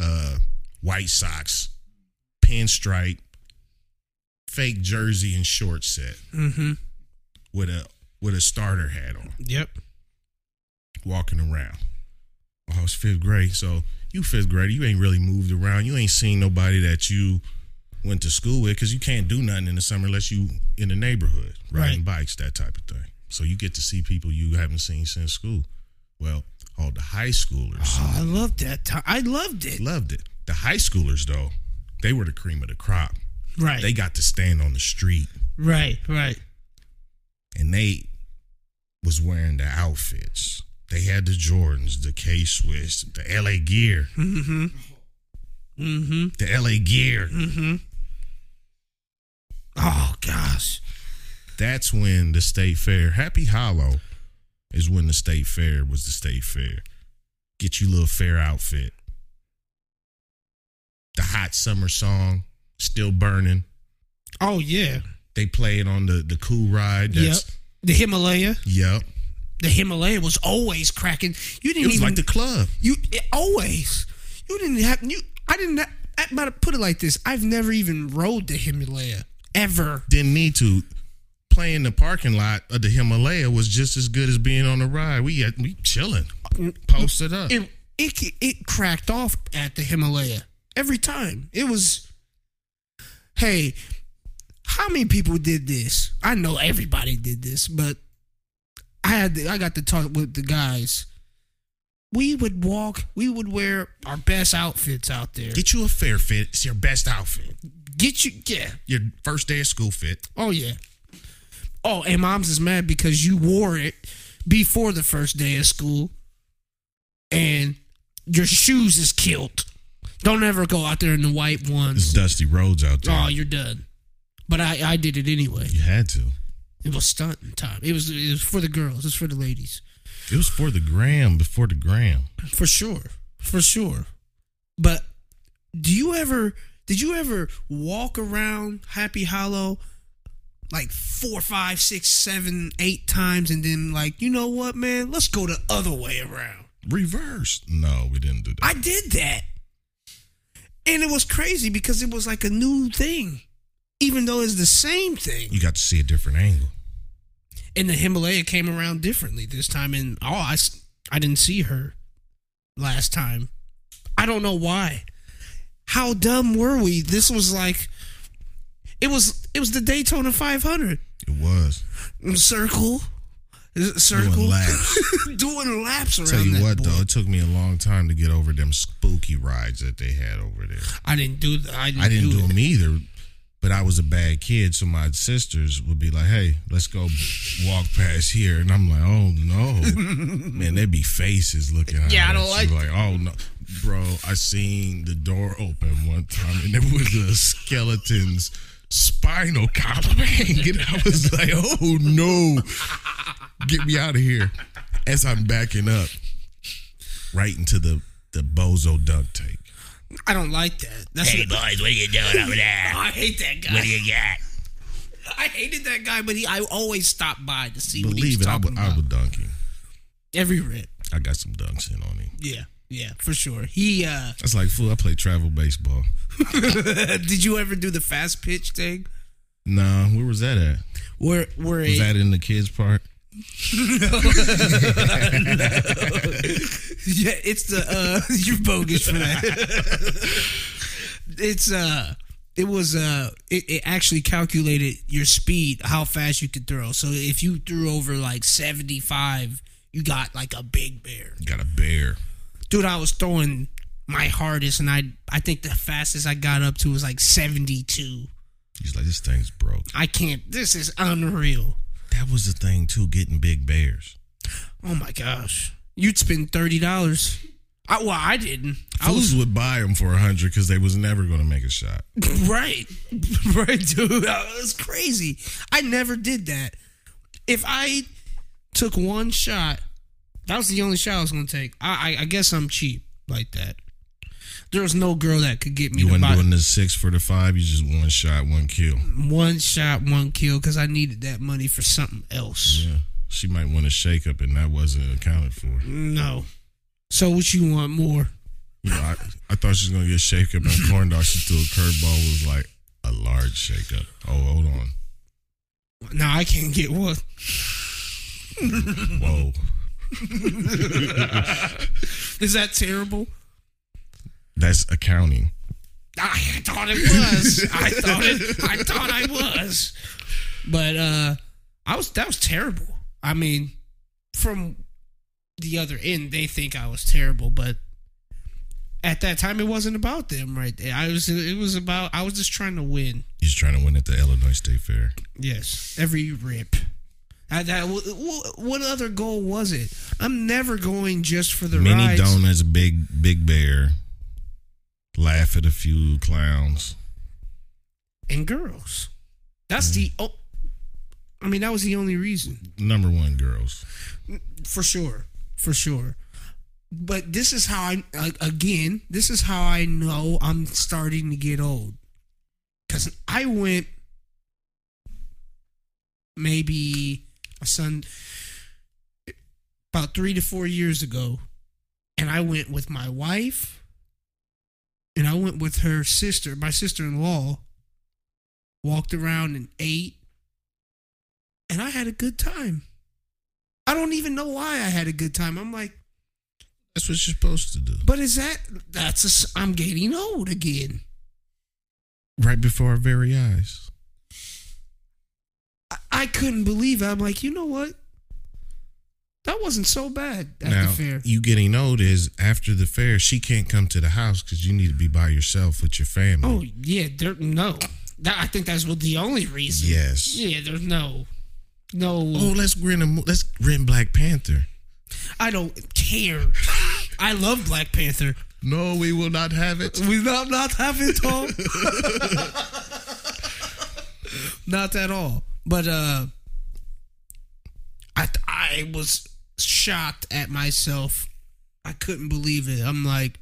[SPEAKER 1] uh, White Sox, pinstripe, fake jersey and short set
[SPEAKER 2] Mm-hmm.
[SPEAKER 1] with a with a starter hat on,
[SPEAKER 2] Yep.
[SPEAKER 1] walking around. Well, I was fifth grade, so you fifth grader, you ain't really moved around. You ain't seen nobody that you went to school with because you can't do nothing in the summer unless you in the neighborhood riding
[SPEAKER 2] Right.
[SPEAKER 1] bikes, that type of thing. So you get to see people you haven't seen since school. Well, all the high schoolers
[SPEAKER 2] Oh, I loved that time. I loved it.
[SPEAKER 1] loved it. The high schoolers though, they were the cream of the crop.
[SPEAKER 2] Right.
[SPEAKER 1] They got to stand on the street
[SPEAKER 2] right. Right.
[SPEAKER 1] and they was wearing the outfits. They had the Jordans, the K Swiss, the LA gear,
[SPEAKER 2] Mm-hmm. Mm-hmm.
[SPEAKER 1] the LA gear.
[SPEAKER 2] Mm-hmm. Oh gosh.
[SPEAKER 1] That's when the state fair, Happy Hollow, is when the state fair was the state fair. Get you little fair outfit. The hot summer song, still burning.
[SPEAKER 2] Oh yeah.
[SPEAKER 1] They play it on the the cool ride. That's
[SPEAKER 2] yep. The Himalaya.
[SPEAKER 1] yep.
[SPEAKER 2] The Himalaya was always cracking. You
[SPEAKER 1] It
[SPEAKER 2] didn't
[SPEAKER 1] was
[SPEAKER 2] even
[SPEAKER 1] like the club.
[SPEAKER 2] you it, always. You didn't have you. I didn't. ha- I, but I put it like this. I've never even rode the Himalaya ever.
[SPEAKER 1] didn't need to. Playing the parking lot of the Himalaya was just as good as being on the ride. We had, we chilling, posted up.
[SPEAKER 2] It it it cracked off at the Himalaya every time. It was. Hey, how many people did this? I know everybody did this, but I had to, I got to talk with the guys we would walk. We would wear our best outfits out there.
[SPEAKER 1] Get you a fair fit. It's your best outfit.
[SPEAKER 2] Get you, yeah.
[SPEAKER 1] Your first day of school fit.
[SPEAKER 2] Oh yeah. Oh, and mom's is mad because you wore it before the first day of school, and your shoes is killed. Don't ever go out there in the white
[SPEAKER 1] It's
[SPEAKER 2] ones.
[SPEAKER 1] dusty roads out there.
[SPEAKER 2] Oh, you're done. But I, I did it anyway.
[SPEAKER 1] you had to.
[SPEAKER 2] It was stunting time. It was it was for the girls. It was for the ladies.
[SPEAKER 1] It was for the gram before the gram.
[SPEAKER 2] For sure. For sure. But do you ever did you ever walk around Happy Hollow like four, five, six, seven, eight times and then like, you know what, man, let's go the other way around.
[SPEAKER 1] Reversed. No, we didn't do that.
[SPEAKER 2] I did that. And it was crazy because it was like a new thing. Even though it's the same thing.
[SPEAKER 1] you got to see a different angle.
[SPEAKER 2] And the Himalaya came around differently this time and oh I, s- I didn't see her last time. I don't know why. How dumb were we? This was like it was it was the Daytona 500
[SPEAKER 1] It was.
[SPEAKER 2] circle circle doing
[SPEAKER 1] laps.
[SPEAKER 2] laps, around
[SPEAKER 1] Tell you
[SPEAKER 2] that
[SPEAKER 1] what
[SPEAKER 2] boy.
[SPEAKER 1] though, it took me a long time to get over them spooky rides that they had over there.
[SPEAKER 2] I didn't do th- I didn't,
[SPEAKER 1] I didn't do
[SPEAKER 2] it.
[SPEAKER 1] them either, but I was a bad kid, so my sisters would be like, "Hey, let's go walk past here," and I'm like, "Oh no, man, there'd be faces looking." out
[SPEAKER 2] Yeah, I
[SPEAKER 1] at
[SPEAKER 2] don't
[SPEAKER 1] you,
[SPEAKER 2] like-
[SPEAKER 1] Like, oh no, bro, I seen the door open one time, and there was a skeleton's spinal column hanging. I was like, "Oh no, get me out of here!" As I'm backing up, right into the the bozo duct tape.
[SPEAKER 2] I don't like that. That's what,
[SPEAKER 1] boys, what are you doing over there?
[SPEAKER 2] I hate that guy.
[SPEAKER 1] you got?
[SPEAKER 2] I hated that guy, but he, I always stopped by to see what he
[SPEAKER 1] Believe
[SPEAKER 2] was
[SPEAKER 1] it, I
[SPEAKER 2] talking
[SPEAKER 1] would,
[SPEAKER 2] about.
[SPEAKER 1] I would dunk him.
[SPEAKER 2] Every rip.
[SPEAKER 1] I got some dunks in on him.
[SPEAKER 2] Yeah, yeah, for sure. He uh
[SPEAKER 1] That's like, fool, I play travel baseball.
[SPEAKER 2] Did you ever do the fast pitch thing?
[SPEAKER 1] Nah, where was that at?
[SPEAKER 2] Where where
[SPEAKER 1] Was
[SPEAKER 2] it-
[SPEAKER 1] that in the kids' park?
[SPEAKER 2] yeah, it's the uh you're bogus for that. it's uh it was uh it, it actually calculated your speed, how fast you could throw. So if you threw over like seventy five, you got like a big bear.
[SPEAKER 1] Got a bear.
[SPEAKER 2] Dude, I was throwing my hardest and I I think the fastest I got up to was like seventy two.
[SPEAKER 1] He's like, this thing's broke.
[SPEAKER 2] I can't this is unreal.
[SPEAKER 1] That was the thing too, getting big bears.
[SPEAKER 2] Oh my gosh. You'd spend thirty dollars. I, well, I didn't. I was
[SPEAKER 1] Fools would buy them for a hundred because they was never going to make a shot.
[SPEAKER 2] right, right, dude. That was crazy. I never did that. If I took one shot, that was the only shot I was gonna take. I, I, I guess I'm cheap like that. There was no girl that could get me
[SPEAKER 1] You
[SPEAKER 2] to
[SPEAKER 1] wasn't
[SPEAKER 2] buy
[SPEAKER 1] doing the six for the five. You just one shot, one kill.
[SPEAKER 2] one shot, one kill because I needed that money for something else.
[SPEAKER 1] Yeah, she might want a shake up, and that wasn't accounted for.
[SPEAKER 2] No. So what you want more?
[SPEAKER 1] You know, I, I thought she was gonna get shake up and corn dog. She threw a curveball. Was like a large shake up. Oh, hold on.
[SPEAKER 2] No, I can't get one.
[SPEAKER 1] Whoa.
[SPEAKER 2] Is that terrible?
[SPEAKER 1] That's accounting.
[SPEAKER 2] I thought it was. I thought it. I thought I was. But uh, I was. That was terrible. I mean, from the other end, they think I was terrible, but at that time, it wasn't about them. Right there, I was. It was about. I was just trying to win.
[SPEAKER 1] He's trying to win at the Illinois State Fair.
[SPEAKER 2] Yes, every rip. I, that wh- wh- what other goal was it? I'm never going just for the
[SPEAKER 1] Mini
[SPEAKER 2] rides.
[SPEAKER 1] donuts, big big bear. Laugh at a few clowns.
[SPEAKER 2] and girls. That's the. Oh, I mean, that was the only reason.
[SPEAKER 1] Number one girls.
[SPEAKER 2] for sure for sure but this is how i a- again this is how i know i'm starting to get old because i went maybe my son about three to four years ago and i went with my wife and i went with her sister my sister-in-law walked around and ate and i had a good time I don't even know why I had a good time. I'm like,
[SPEAKER 1] That's what you're supposed to do.
[SPEAKER 2] but is that that's a, s- I'm getting old again.
[SPEAKER 1] Right before our very eyes.
[SPEAKER 2] I, I couldn't believe it. I'm like, you know what? That wasn't so bad at
[SPEAKER 1] now,
[SPEAKER 2] the fair.
[SPEAKER 1] you getting old is after the fair, she can't come to the house because you need to be by yourself with your family.
[SPEAKER 2] Oh yeah, there no. That, I think that's what the only reason.
[SPEAKER 1] yes.
[SPEAKER 2] Yeah, there's no, no.
[SPEAKER 1] Oh, let's rent a mo- let's rent Black Panther.
[SPEAKER 2] I don't care. I love Black Panther.
[SPEAKER 1] No, we will not have it.
[SPEAKER 2] We not not have it all. not at all. But uh, I I was shocked at myself. I couldn't believe it. I'm like,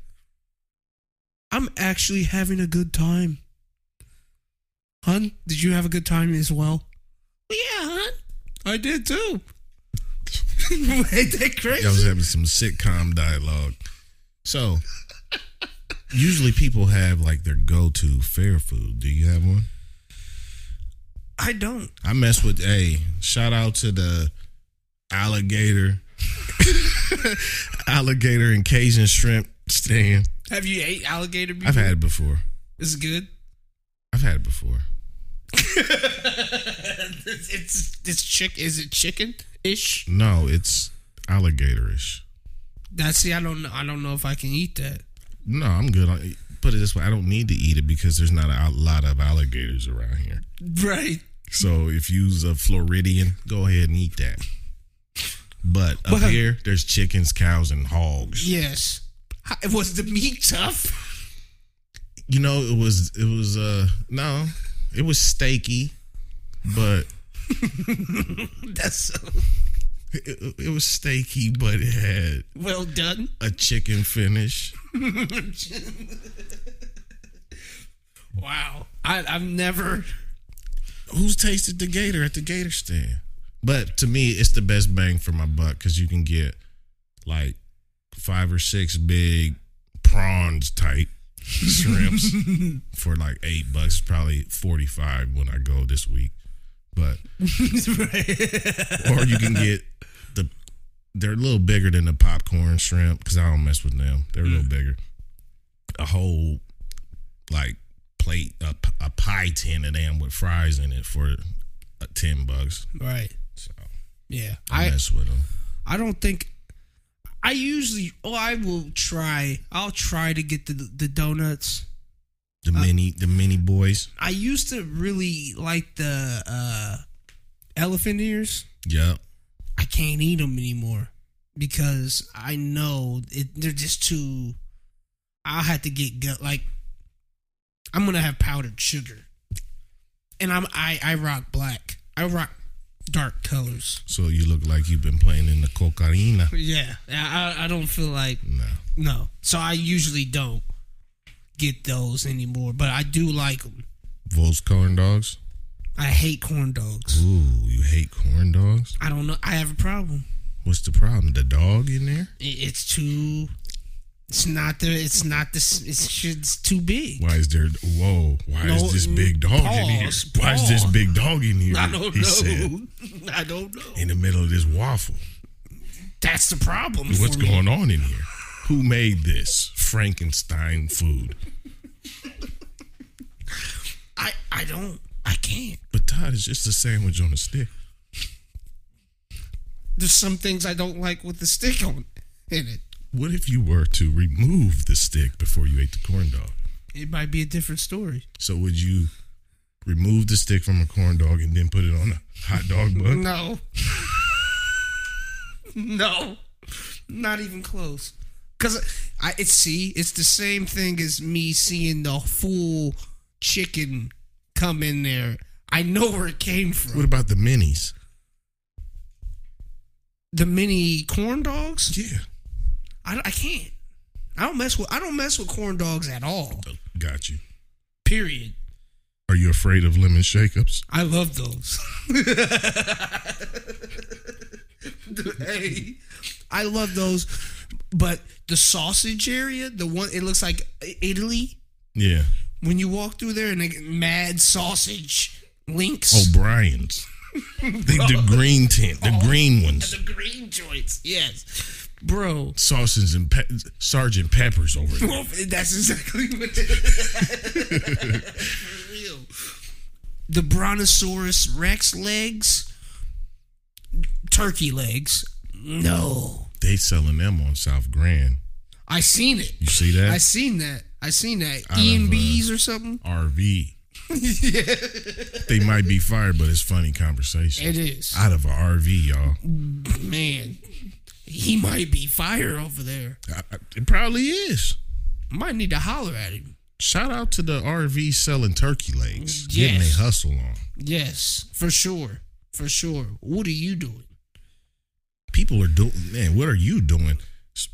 [SPEAKER 2] I'm actually having a good time. Hun, did you have a good time as well? Yeah, hun. I did too. Ain't that crazy?
[SPEAKER 1] I was having some sitcom dialogue. So, usually people have like their go-to fair food. Do you have one?
[SPEAKER 2] I don't.
[SPEAKER 1] I mess with a shout out to the alligator, alligator and Cajun shrimp stand.
[SPEAKER 2] Have you ate alligator before?
[SPEAKER 1] I've had it before.
[SPEAKER 2] It's good.
[SPEAKER 1] I've had it before.
[SPEAKER 2] it's it's chick. Is it chicken ish?
[SPEAKER 1] No, it's alligatorish.
[SPEAKER 2] That's see. I don't know. I don't know if I can eat that.
[SPEAKER 1] No, I'm good. I, put it this way, I don't need to eat it because there's not a lot of alligators around here.
[SPEAKER 2] Right.
[SPEAKER 1] So if you's a Floridian, go ahead and eat that. But up
[SPEAKER 2] But- uh,
[SPEAKER 1] here, there's chickens, cows, and hogs.
[SPEAKER 2] Yes. How- Was the meat tough?
[SPEAKER 1] You know, it was it was uh no, it was steaky, but
[SPEAKER 2] That's uh,
[SPEAKER 1] it, it was steaky, but it had
[SPEAKER 2] well done.
[SPEAKER 1] a chicken finish.
[SPEAKER 2] Wow. I I've never.
[SPEAKER 1] Who's tasted the gator at the gator stand? But to me, it's the best bang for my buck because you can get like five or six big prawns type shrimps for like eight bucks, probably forty five when I go this week. But or you can get the they're a little bigger than the popcorn shrimp because I don't mess with them. They're a little bigger. A whole like plate a, p- a pie tin of them with fries in it for uh, ten bucks.
[SPEAKER 2] Right.
[SPEAKER 1] So
[SPEAKER 2] Yeah.
[SPEAKER 1] I,
[SPEAKER 2] I
[SPEAKER 1] mess with them.
[SPEAKER 2] I don't think. I usually. Oh, I will try. I'll try to get the the donuts.
[SPEAKER 1] The mini the mini boys.
[SPEAKER 2] I used to really like the uh elephant ears.
[SPEAKER 1] Yep.
[SPEAKER 2] I can't eat them anymore because I know it, they're just too. I'll have to get gut like I'm gonna have powdered sugar, and I'm I I rock black. I rock dark colors.
[SPEAKER 1] So you look like you've been playing in the cocaina.
[SPEAKER 2] Yeah, I I I don't feel like
[SPEAKER 1] No.
[SPEAKER 2] no. So I usually don't get those anymore, but I do like them.
[SPEAKER 1] Vol's corn dogs.
[SPEAKER 2] I hate corn dogs.
[SPEAKER 1] Ooh, you hate corn dogs?
[SPEAKER 2] I don't know. I have a problem.
[SPEAKER 1] What's the problem? The dog in there?
[SPEAKER 2] It, it's too. It's not the. It's not the. It's, it's too big.
[SPEAKER 1] Why is there? Whoa! Why
[SPEAKER 2] No,
[SPEAKER 1] is this big dog in here?
[SPEAKER 2] pause,
[SPEAKER 1] Why is this
[SPEAKER 2] pause.
[SPEAKER 1] big dog in here?
[SPEAKER 2] I don't
[SPEAKER 1] he
[SPEAKER 2] know.
[SPEAKER 1] said
[SPEAKER 2] I don't know.
[SPEAKER 1] in the middle of this waffle.
[SPEAKER 2] That's the problem.
[SPEAKER 1] What's
[SPEAKER 2] for me.
[SPEAKER 1] going on in here? Who made this Frankenstein food?
[SPEAKER 2] I I don't. I can't.
[SPEAKER 1] But Todd is just a sandwich on a stick.
[SPEAKER 2] There's some things I don't like with the stick on in it.
[SPEAKER 1] What if you were to remove the stick before you ate the corn dog?
[SPEAKER 2] It might be a different story.
[SPEAKER 1] So would you remove the stick from a corn dog and then put it on a hot dog bun?
[SPEAKER 2] No. no. Not even close. Cause I it's see, it's the same thing as me seeing the full chicken come in there. I know where it came
[SPEAKER 1] What
[SPEAKER 2] from.
[SPEAKER 1] about the minis?
[SPEAKER 2] The mini corn dogs?
[SPEAKER 1] Yeah,
[SPEAKER 2] I, I can't. I don't mess with I don't mess with corn dogs at all.
[SPEAKER 1] got you.
[SPEAKER 2] Period.
[SPEAKER 1] Are you afraid of lemon shakeups?
[SPEAKER 2] I love those. hey, I love those. But the sausage area, the one it looks like Italy
[SPEAKER 1] Yeah.
[SPEAKER 2] when you walk through there and they get mad sausage links.
[SPEAKER 1] O'Brien's. the, the green tent, the green ones.
[SPEAKER 2] the green joints. Yes. Bro.
[SPEAKER 1] Sauces and pe- Sergeant Peppers over there.
[SPEAKER 2] Well, That's exactly what it is. For real. The Brontosaurus Rex legs, turkey legs. No.
[SPEAKER 1] They selling them on South Grand.
[SPEAKER 2] I seen it.
[SPEAKER 1] You see that?
[SPEAKER 2] I seen that. I seen that.
[SPEAKER 1] Out
[SPEAKER 2] E
[SPEAKER 1] of,
[SPEAKER 2] and
[SPEAKER 1] uh,
[SPEAKER 2] B's or something.
[SPEAKER 1] RV. They might be fired, but it's funny conversation.
[SPEAKER 2] It is.
[SPEAKER 1] Out of a RV, y'all.
[SPEAKER 2] Man, he might be fire over there.
[SPEAKER 1] I- I- It probably is.
[SPEAKER 2] Might need to holler at him.
[SPEAKER 1] Shout out to the RV selling turkey legs, getting
[SPEAKER 2] Yes.
[SPEAKER 1] a hustle on.
[SPEAKER 2] Yes, for sure. For sure. What are you doing?
[SPEAKER 1] People are doing, man. What are you doing? S-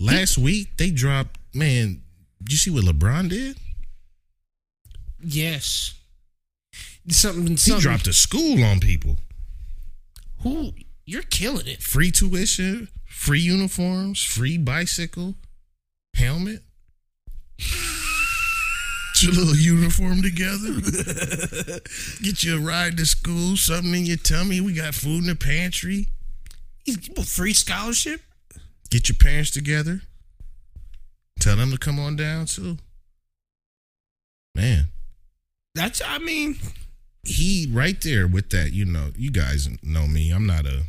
[SPEAKER 1] Last week they dropped, man. Did you see what LeBron did?
[SPEAKER 2] Yes. Something.
[SPEAKER 1] He
[SPEAKER 2] something
[SPEAKER 1] dropped a school on people.
[SPEAKER 2] Who? You're killing it.
[SPEAKER 1] Free tuition, free uniforms, free bicycle, helmet. Get your little uniform together. Get you a ride to school, something in your tummy. We got food in the pantry.
[SPEAKER 2] He's- well, Free scholarship.
[SPEAKER 1] Get your parents together. Tell them to come on down too. Man,
[SPEAKER 2] That's. I mean.
[SPEAKER 1] he right there with that. You know, you guys know me. I'm not a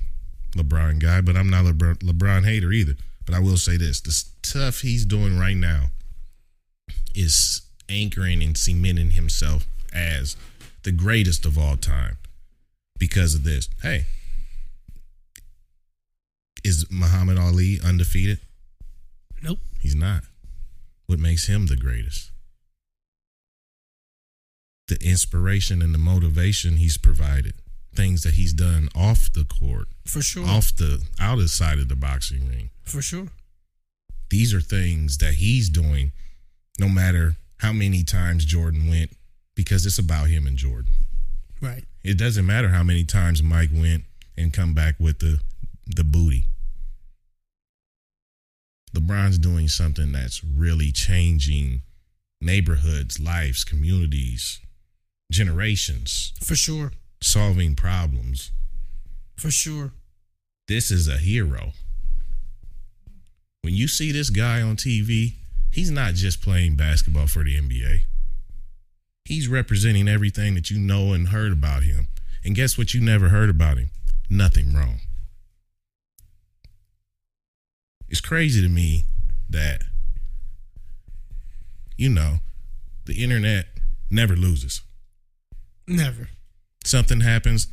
[SPEAKER 1] LeBron guy, but I'm not a LeBron, LeBron hater either. But I will say this: the stuff he's doing right now is anchoring and cementing himself as the greatest of all time because of this. Hey, is Muhammad Ali undefeated?
[SPEAKER 2] Nope.
[SPEAKER 1] He's not. What makes him the greatest? The inspiration and the motivation he's provided, things that he's done off the court,
[SPEAKER 2] For sure.
[SPEAKER 1] off the outer side of the boxing ring.
[SPEAKER 2] For sure.
[SPEAKER 1] These are things that he's doing no matter how many times Jordan went, because it's about him and Jordan.
[SPEAKER 2] Right.
[SPEAKER 1] It doesn't matter how many times Mike went and come back with the the booty. LeBron's doing something that's really changing neighborhoods, lives, communities, generations,
[SPEAKER 2] For sure.
[SPEAKER 1] solving problems.
[SPEAKER 2] For sure.
[SPEAKER 1] This is a hero. When you see this guy on TV, he's not just playing basketball for the NBA. He's representing everything that you know and heard about him. And guess what you never heard about him? Nothing wrong. It's crazy to me that, you know, the internet never loses.
[SPEAKER 2] Never.
[SPEAKER 1] Something happens,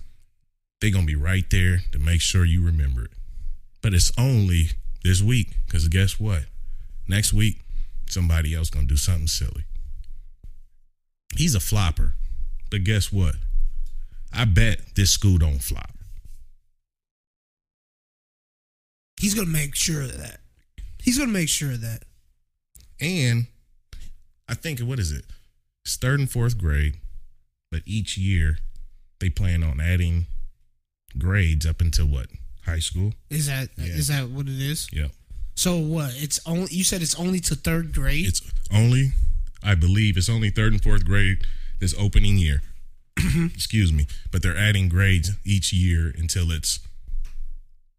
[SPEAKER 1] they're going to be right there to make sure you remember it. But it's only this week, because guess what? Next week, somebody else going to do something silly. He's a flopper, but guess what? I bet this school don't flop.
[SPEAKER 2] He's gonna make sure of that. He's gonna make sure of that.
[SPEAKER 1] And I think what is it? It's third and fourth grade, but each year they plan on adding grades up until what? High school.
[SPEAKER 2] Is that is
[SPEAKER 1] Yeah.
[SPEAKER 2] that what it is?
[SPEAKER 1] Yeah.
[SPEAKER 2] So what? It's only you said it's only to third grade.
[SPEAKER 1] It's only, I believe, it's only third and fourth grade this opening year. Excuse me, but they're adding grades each year until it's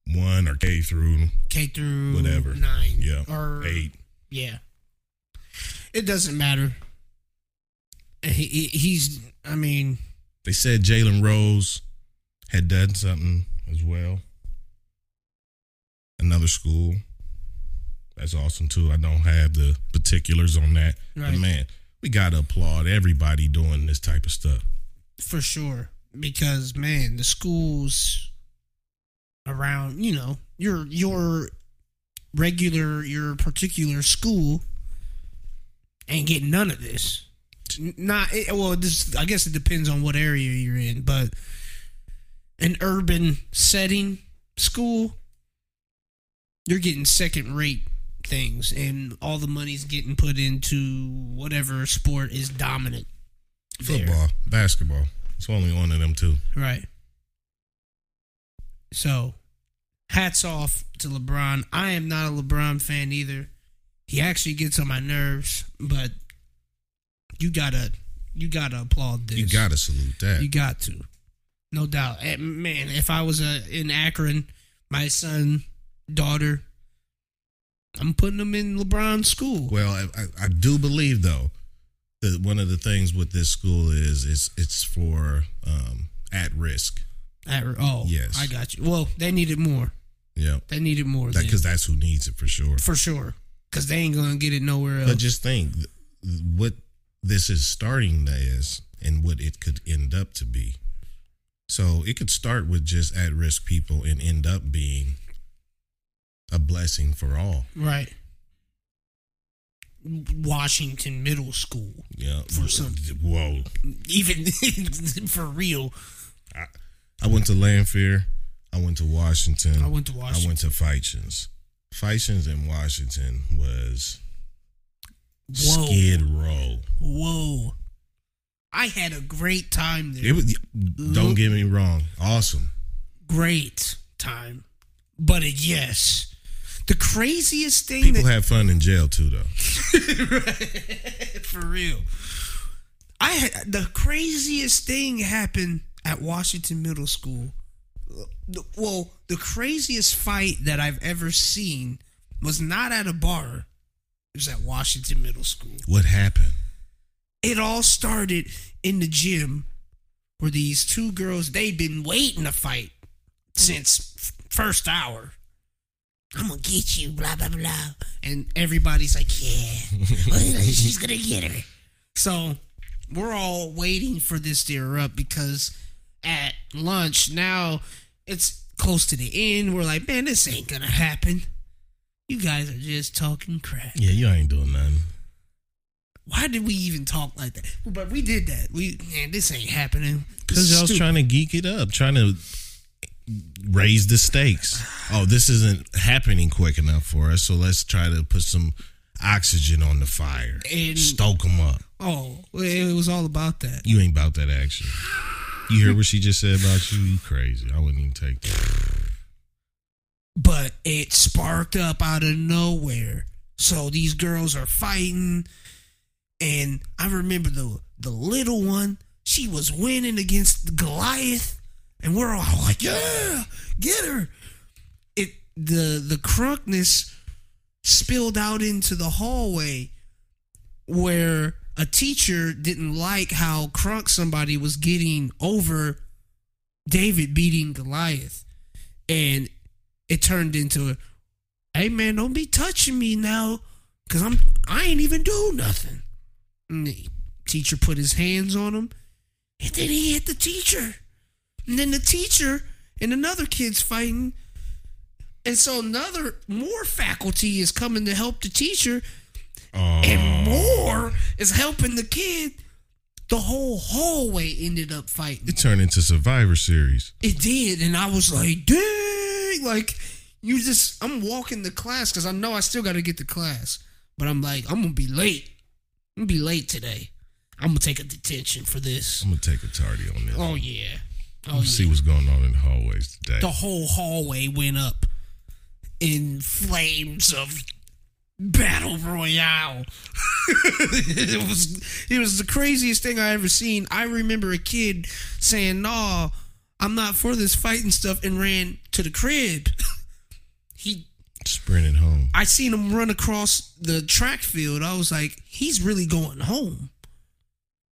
[SPEAKER 1] one or K through
[SPEAKER 2] K through
[SPEAKER 1] whatever.
[SPEAKER 2] Mm, nine.
[SPEAKER 1] yeah,
[SPEAKER 2] Or
[SPEAKER 1] eight.
[SPEAKER 2] Yeah. It doesn't matter. He, he- he's. I mean,
[SPEAKER 1] They said Jalen Rose had done something as well. Another school. That's awesome too. I don't have the particulars on that.
[SPEAKER 2] Right.
[SPEAKER 1] But man, we gotta applaud everybody doing this type of stuff.
[SPEAKER 2] for sure. Because man, the schools around you know your your regular your particular school ain't getting none of this. N- Not it- well. This I guess it depends on what area you're in, but an urban setting school, you're getting second rate things, and all the money's getting put into whatever sport is dominant. there.
[SPEAKER 1] Football, basketball. It's only one of them too.
[SPEAKER 2] Right. So, hats off to LeBron. I am not a LeBron fan either. He actually gets on my nerves, but you gotta, you gotta applaud this.
[SPEAKER 1] You gotta salute that.
[SPEAKER 2] you got to, no doubt. Eh, Man, if I was uh in Akron, my son, daughter, I'm putting them in LeBron's school.
[SPEAKER 1] well, I, I, I do believe though that one of the things with this school is it's it's for um, at risk.
[SPEAKER 2] At- oh,
[SPEAKER 1] Yes.
[SPEAKER 2] I got you. Well, they needed more.
[SPEAKER 1] Yeah.
[SPEAKER 2] They need it more than,
[SPEAKER 1] Because that's who needs it for sure.
[SPEAKER 2] for sure. Because they ain't gonna get it nowhere else.
[SPEAKER 1] But just think th- what this is starting as and what it could end up to be. So it could start with just at risk people and end up being a blessing for all.
[SPEAKER 2] right. Washington Middle School,
[SPEAKER 1] Yeah.
[SPEAKER 2] For some-
[SPEAKER 1] Whoa.
[SPEAKER 2] even for real.
[SPEAKER 1] I went to Lanphier. I went to Washington.
[SPEAKER 2] I went to
[SPEAKER 1] I
[SPEAKER 2] Washington.
[SPEAKER 1] went to Fitchens. Fitchens in Washington was
[SPEAKER 2] Whoa,
[SPEAKER 1] Skid Row.
[SPEAKER 2] whoa! I had a great time there.
[SPEAKER 1] It was. Don't get me wrong. Awesome.
[SPEAKER 2] great time. But it, yes, the craziest thing
[SPEAKER 1] People
[SPEAKER 2] that
[SPEAKER 1] have fun in jail too, though.
[SPEAKER 2] for real, I had the craziest thing happened at Washington Middle School. The- Well, the craziest fight that I've ever seen was not at a bar. It was at Washington Middle School.
[SPEAKER 1] What happened?
[SPEAKER 2] it all started in the gym where these two girls they've been waiting to fight since f- first hour i'm gonna get you blah blah blah and everybody's like yeah she's gonna get her so we're all waiting for this to erupt because at lunch now it's close to the end we're like man this ain't gonna happen you guys are just talking crap
[SPEAKER 1] Yeah, you ain't doing nothing.
[SPEAKER 2] why did we even talk like that? But we did that. We man, this ain't happening.
[SPEAKER 1] Because y'all was trying to geek it up, trying to raise the stakes. Oh, this isn't happening quick enough for us, so let's try to put some oxygen on the fire.
[SPEAKER 2] And-
[SPEAKER 1] Stoke them up.
[SPEAKER 2] Oh, it it was all about that.
[SPEAKER 1] You ain't about that action. You hear what she just said about you? You crazy. I wouldn't even take that.
[SPEAKER 2] But it sparked up out of nowhere. So these girls are fighting, and I remember the the little one. She was winning against Goliath, and we're all like, "Yeah, get her!" It the the crunkness spilled out into the hallway. where a teacher didn't like how crunk somebody was getting over David beating Goliath. And it turned into a hey man, don't be touching me now cuz I'm I ain't even do nothing. And the teacher put his hands on him and then he hit the teacher. And then the teacher and another kid's fighting and so another more faculty is coming to help the teacher and
[SPEAKER 1] Oh,
[SPEAKER 2] more is helping the kid. The whole hallway ended up fighting.
[SPEAKER 1] it turned into Survivor Series.
[SPEAKER 2] It did, and I was like, dang, like you just. I'm walking the class because I know I still got to get to class, but I'm like, I'm gonna be late. I'm gonna be late today. I'm gonna take a detention for this.
[SPEAKER 1] I'm gonna take a tardy on this.
[SPEAKER 2] Oh yeah, oh yeah.
[SPEAKER 1] See what's going on in the hallways today.
[SPEAKER 2] the whole hallway went up in flames of battle royale. it was it was the craziest thing I ever seen. I remember a kid saying, "Nah, I'm not for this fighting stuff," and ran to the crib. he,
[SPEAKER 1] Sprinting home.
[SPEAKER 2] I seen him run across the track field. I was like, "He's really going home."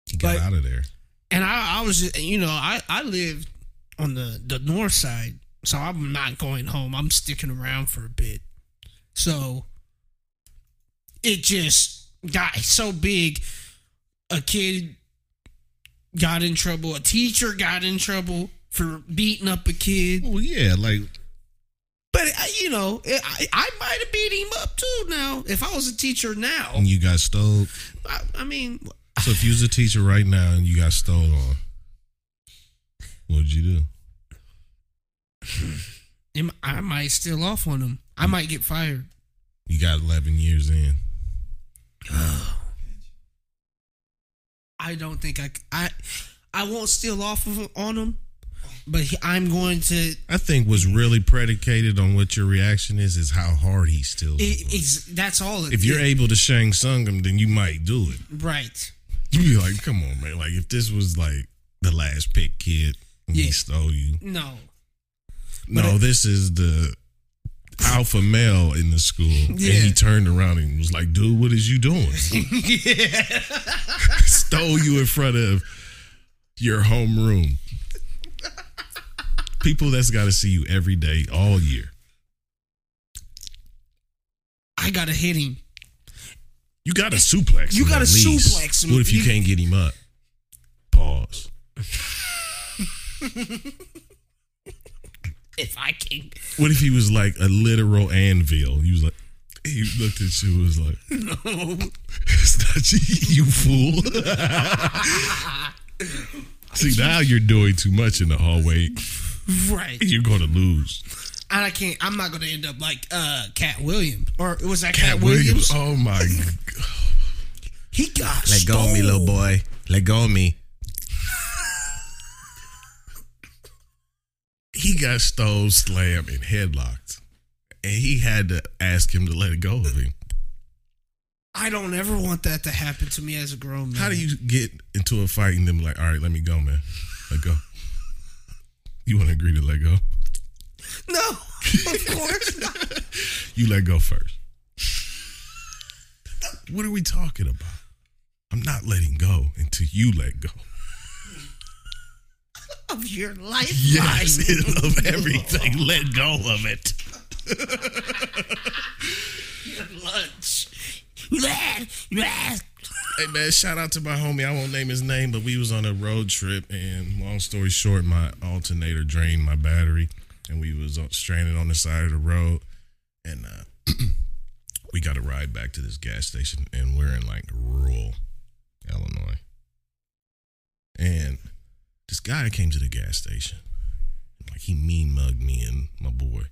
[SPEAKER 1] He got
[SPEAKER 2] Like-
[SPEAKER 1] out of there.
[SPEAKER 2] and I, I was just, you know, I, I lived on the, the north side, so I'm not going home. I'm sticking around for a bit. So it just got so big. A kid got in trouble. A teacher got in trouble for beating up a kid.
[SPEAKER 1] Well, yeah, like
[SPEAKER 2] But, uh, you know, I, I might have beat him up too now. If I was a teacher now,
[SPEAKER 1] and you got stole.
[SPEAKER 2] I, I mean,
[SPEAKER 1] So if you was a teacher right now and you got stole on, what'd you do?
[SPEAKER 2] am- I might still off on him. I might get fired.
[SPEAKER 1] You got 11 years in.
[SPEAKER 2] I don't think I c- I I won't steal off of on him, but he, I'm going to.
[SPEAKER 1] I think what's really predicated on what your reaction is is how hard he still.
[SPEAKER 2] It, it's e, that's all. it-
[SPEAKER 1] if you're
[SPEAKER 2] it-
[SPEAKER 1] able to Shang Tsung him, then you might do it.
[SPEAKER 2] right,
[SPEAKER 1] You be like, come on, man. Like if this was like the last pick kid and he
[SPEAKER 2] Yeah.
[SPEAKER 1] stole you.
[SPEAKER 2] no,
[SPEAKER 1] No,
[SPEAKER 2] it-
[SPEAKER 1] this is the alpha male in the school. And he
[SPEAKER 2] Yeah.
[SPEAKER 1] turned around and was like, dude, what is you doing? Stole you in front of your homeroom. People that's got to see you every day, all year.
[SPEAKER 2] I gotta hit him.
[SPEAKER 1] You got a suplex.
[SPEAKER 2] You
[SPEAKER 1] him
[SPEAKER 2] got a
[SPEAKER 1] at least.
[SPEAKER 2] suplex him.
[SPEAKER 1] What if you
[SPEAKER 2] You-
[SPEAKER 1] can't get him up? Pause.
[SPEAKER 2] If I can,
[SPEAKER 1] What if he was like a literal anvil? He was like, he looked at you and was like,
[SPEAKER 2] no.
[SPEAKER 1] it's not you, you fool. See, now you're doing too much in the hallway.
[SPEAKER 2] right?
[SPEAKER 1] You're going to lose.
[SPEAKER 2] I can't. I'm not gonna end up like uh Cat Williams or was that Cat,
[SPEAKER 1] Cat
[SPEAKER 2] Williams?
[SPEAKER 1] Oh, my. God.
[SPEAKER 2] He got
[SPEAKER 4] Let go of me, little boy. Let go of me.
[SPEAKER 1] He got stole, slammed, and headlocked. And he had to ask him to let go of him.
[SPEAKER 2] I don't ever want that to happen to me as a grown man.
[SPEAKER 1] How do you get into a fight and then like, all right, let me go, man. Let go. You want to agree to let go?
[SPEAKER 2] No, of course not.
[SPEAKER 1] You let go first. What are we talking about? I'm not letting go until you let go.
[SPEAKER 2] Of your life.
[SPEAKER 1] Yes, of everything. Let go of it.
[SPEAKER 2] lunch. That's
[SPEAKER 1] Hey man, shout out to my homie. I won't name his name, but we was on a road trip, and long story short, my alternator drained my battery, and we was on- stranded on the side of the road, and uh, we got a ride back to this gas station, and we're in like rural Illinois, and this guy came to the gas station, like he mean mugged me and my boy,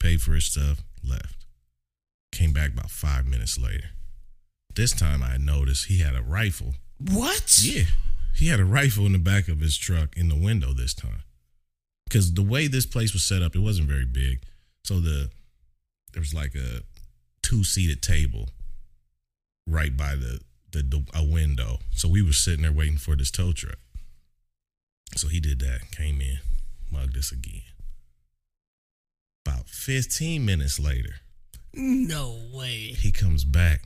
[SPEAKER 1] paid for his stuff, left, came back about five minutes later. This time I noticed he had a rifle.
[SPEAKER 2] what?
[SPEAKER 1] Yeah. He had a rifle in the back of his truck in the window this time. Cause the way this place was set up, it wasn't very big. So the there was like a two seated table right by the, the the a window. So we were sitting there waiting for this tow truck. So he did that, came in, mugged us again. About 15 minutes later,
[SPEAKER 2] No way.
[SPEAKER 1] he comes back.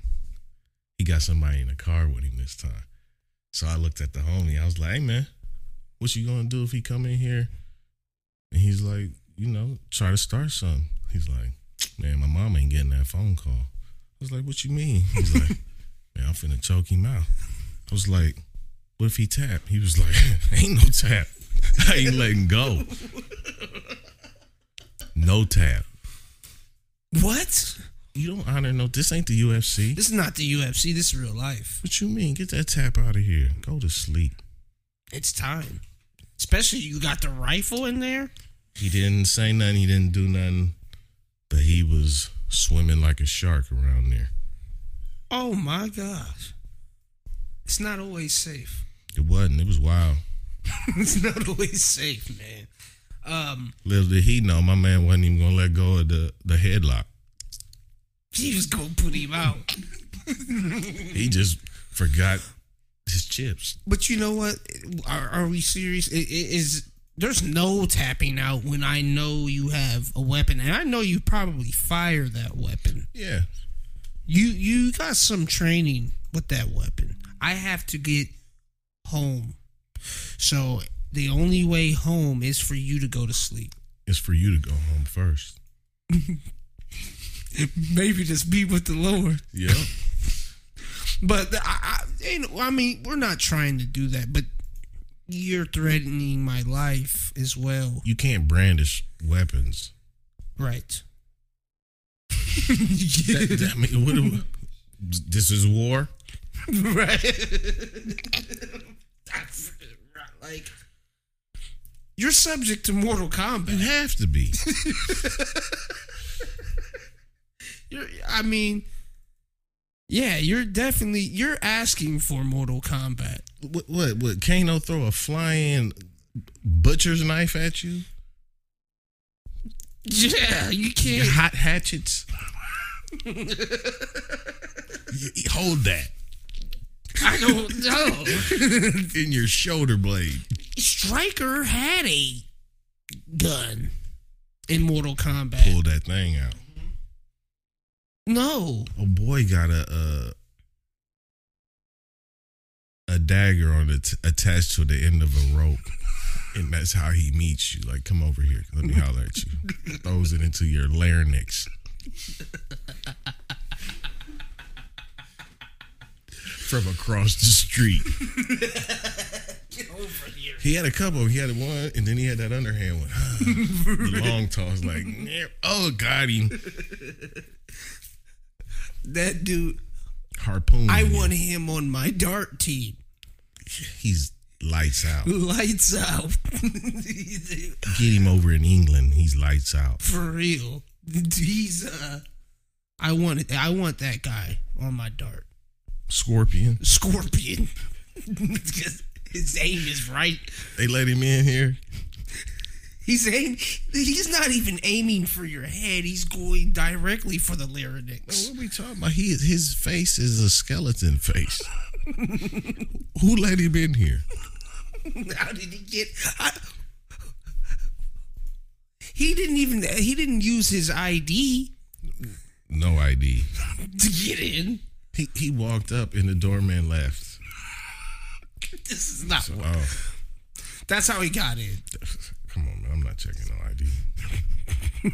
[SPEAKER 1] He got somebody in the car with him this time. So I looked at the homie. I was like, "Hey man, what you gonna do if he come in here?" And he's like, "You know, try to start something." He's like, "Man, my mom ain't getting that phone call." I was like, "What you mean?" He's like, "Man, I'm finna choke him out." I was like, "What if he tap?" He was like, "Ain't no tap. I ain't letting go. No tap.
[SPEAKER 2] What?
[SPEAKER 1] You don't honor no. This ain't the UFC.
[SPEAKER 2] This is not the UFC. This is real life.
[SPEAKER 1] What you mean? Get that tap out of here. Go to sleep.
[SPEAKER 2] It's time. Especially you got the rifle in there.
[SPEAKER 1] He didn't say nothing. He didn't do nothing. But he was swimming like a shark around there.
[SPEAKER 2] Oh my gosh. It's not always safe.
[SPEAKER 1] It wasn't. It was wild.
[SPEAKER 2] it's not always safe, man. Um,
[SPEAKER 1] Little did he know, my man wasn't even gonna let go of the the headlock.
[SPEAKER 2] he was gonna put him out.
[SPEAKER 1] He just forgot his chips.
[SPEAKER 2] But you know what? Are, are we serious? I- i- Is there's no tapping out when I know you have a weapon, and I know you probably fire that weapon.
[SPEAKER 1] Yeah.
[SPEAKER 2] You you got some training with that weapon. I have to get home, so the only way home is for you to go to sleep.
[SPEAKER 1] It's for you to go home first.
[SPEAKER 2] Maybe just be with the Lord.
[SPEAKER 1] Yeah.
[SPEAKER 2] But the- I, I, ain't, I mean, we're not trying to do that, but you're threatening my life as well.
[SPEAKER 1] you can't brandish weapons.
[SPEAKER 2] Right.
[SPEAKER 1] That, that- I mean, what do- this is war.
[SPEAKER 2] right. That's right, like you're subject to Mortal
[SPEAKER 1] You
[SPEAKER 2] Kombat.
[SPEAKER 1] have to be.
[SPEAKER 2] You're, I mean, yeah, you're definitely you're asking for Mortal Kombat.
[SPEAKER 1] What, what what Kano throw a flying butcher's knife at you?
[SPEAKER 2] Yeah, you
[SPEAKER 1] Your
[SPEAKER 2] can't.
[SPEAKER 1] hot hatchets. Y- y- Hold that
[SPEAKER 2] I don't know.
[SPEAKER 1] in your shoulder blade.
[SPEAKER 2] Striker had a gun in Mortal Kombat.
[SPEAKER 1] Pull that thing out.
[SPEAKER 2] No,
[SPEAKER 1] Oh boy, got a a, a dagger on it attached to the end of a rope, and that's how he meets you. Like, come over here. Let me holler at you. Throws it into your larynx. from across the street.
[SPEAKER 5] Over here.
[SPEAKER 1] He had a couple. He had one, and then he had that underhand one. the long toss, like, "Yeah, oh, got him.
[SPEAKER 2] That dude,
[SPEAKER 1] Harpoon.
[SPEAKER 2] I
[SPEAKER 1] him.
[SPEAKER 2] want him on my dart team.
[SPEAKER 1] He's lights out.
[SPEAKER 2] Lights out.
[SPEAKER 1] Get him over in England. He's lights out.
[SPEAKER 2] For real. He's uh I want it. I want that guy on my dart.
[SPEAKER 1] Scorpion.
[SPEAKER 2] Scorpion. Because his aim is right.
[SPEAKER 1] They let him in here.
[SPEAKER 2] He's aim he's not even aiming for your head. He's going directly for the
[SPEAKER 1] Man,
[SPEAKER 2] larynx.
[SPEAKER 1] what we talking about? He his face is a skeleton face. Who let him in here?
[SPEAKER 2] How did he get I, He didn't even he didn't use his ID
[SPEAKER 1] No ID.
[SPEAKER 2] to get in.
[SPEAKER 1] He he walked up and the doorman left.
[SPEAKER 2] This is not
[SPEAKER 1] Oh,
[SPEAKER 2] That's how he got in.
[SPEAKER 1] come on, man! I'm not checking no ID.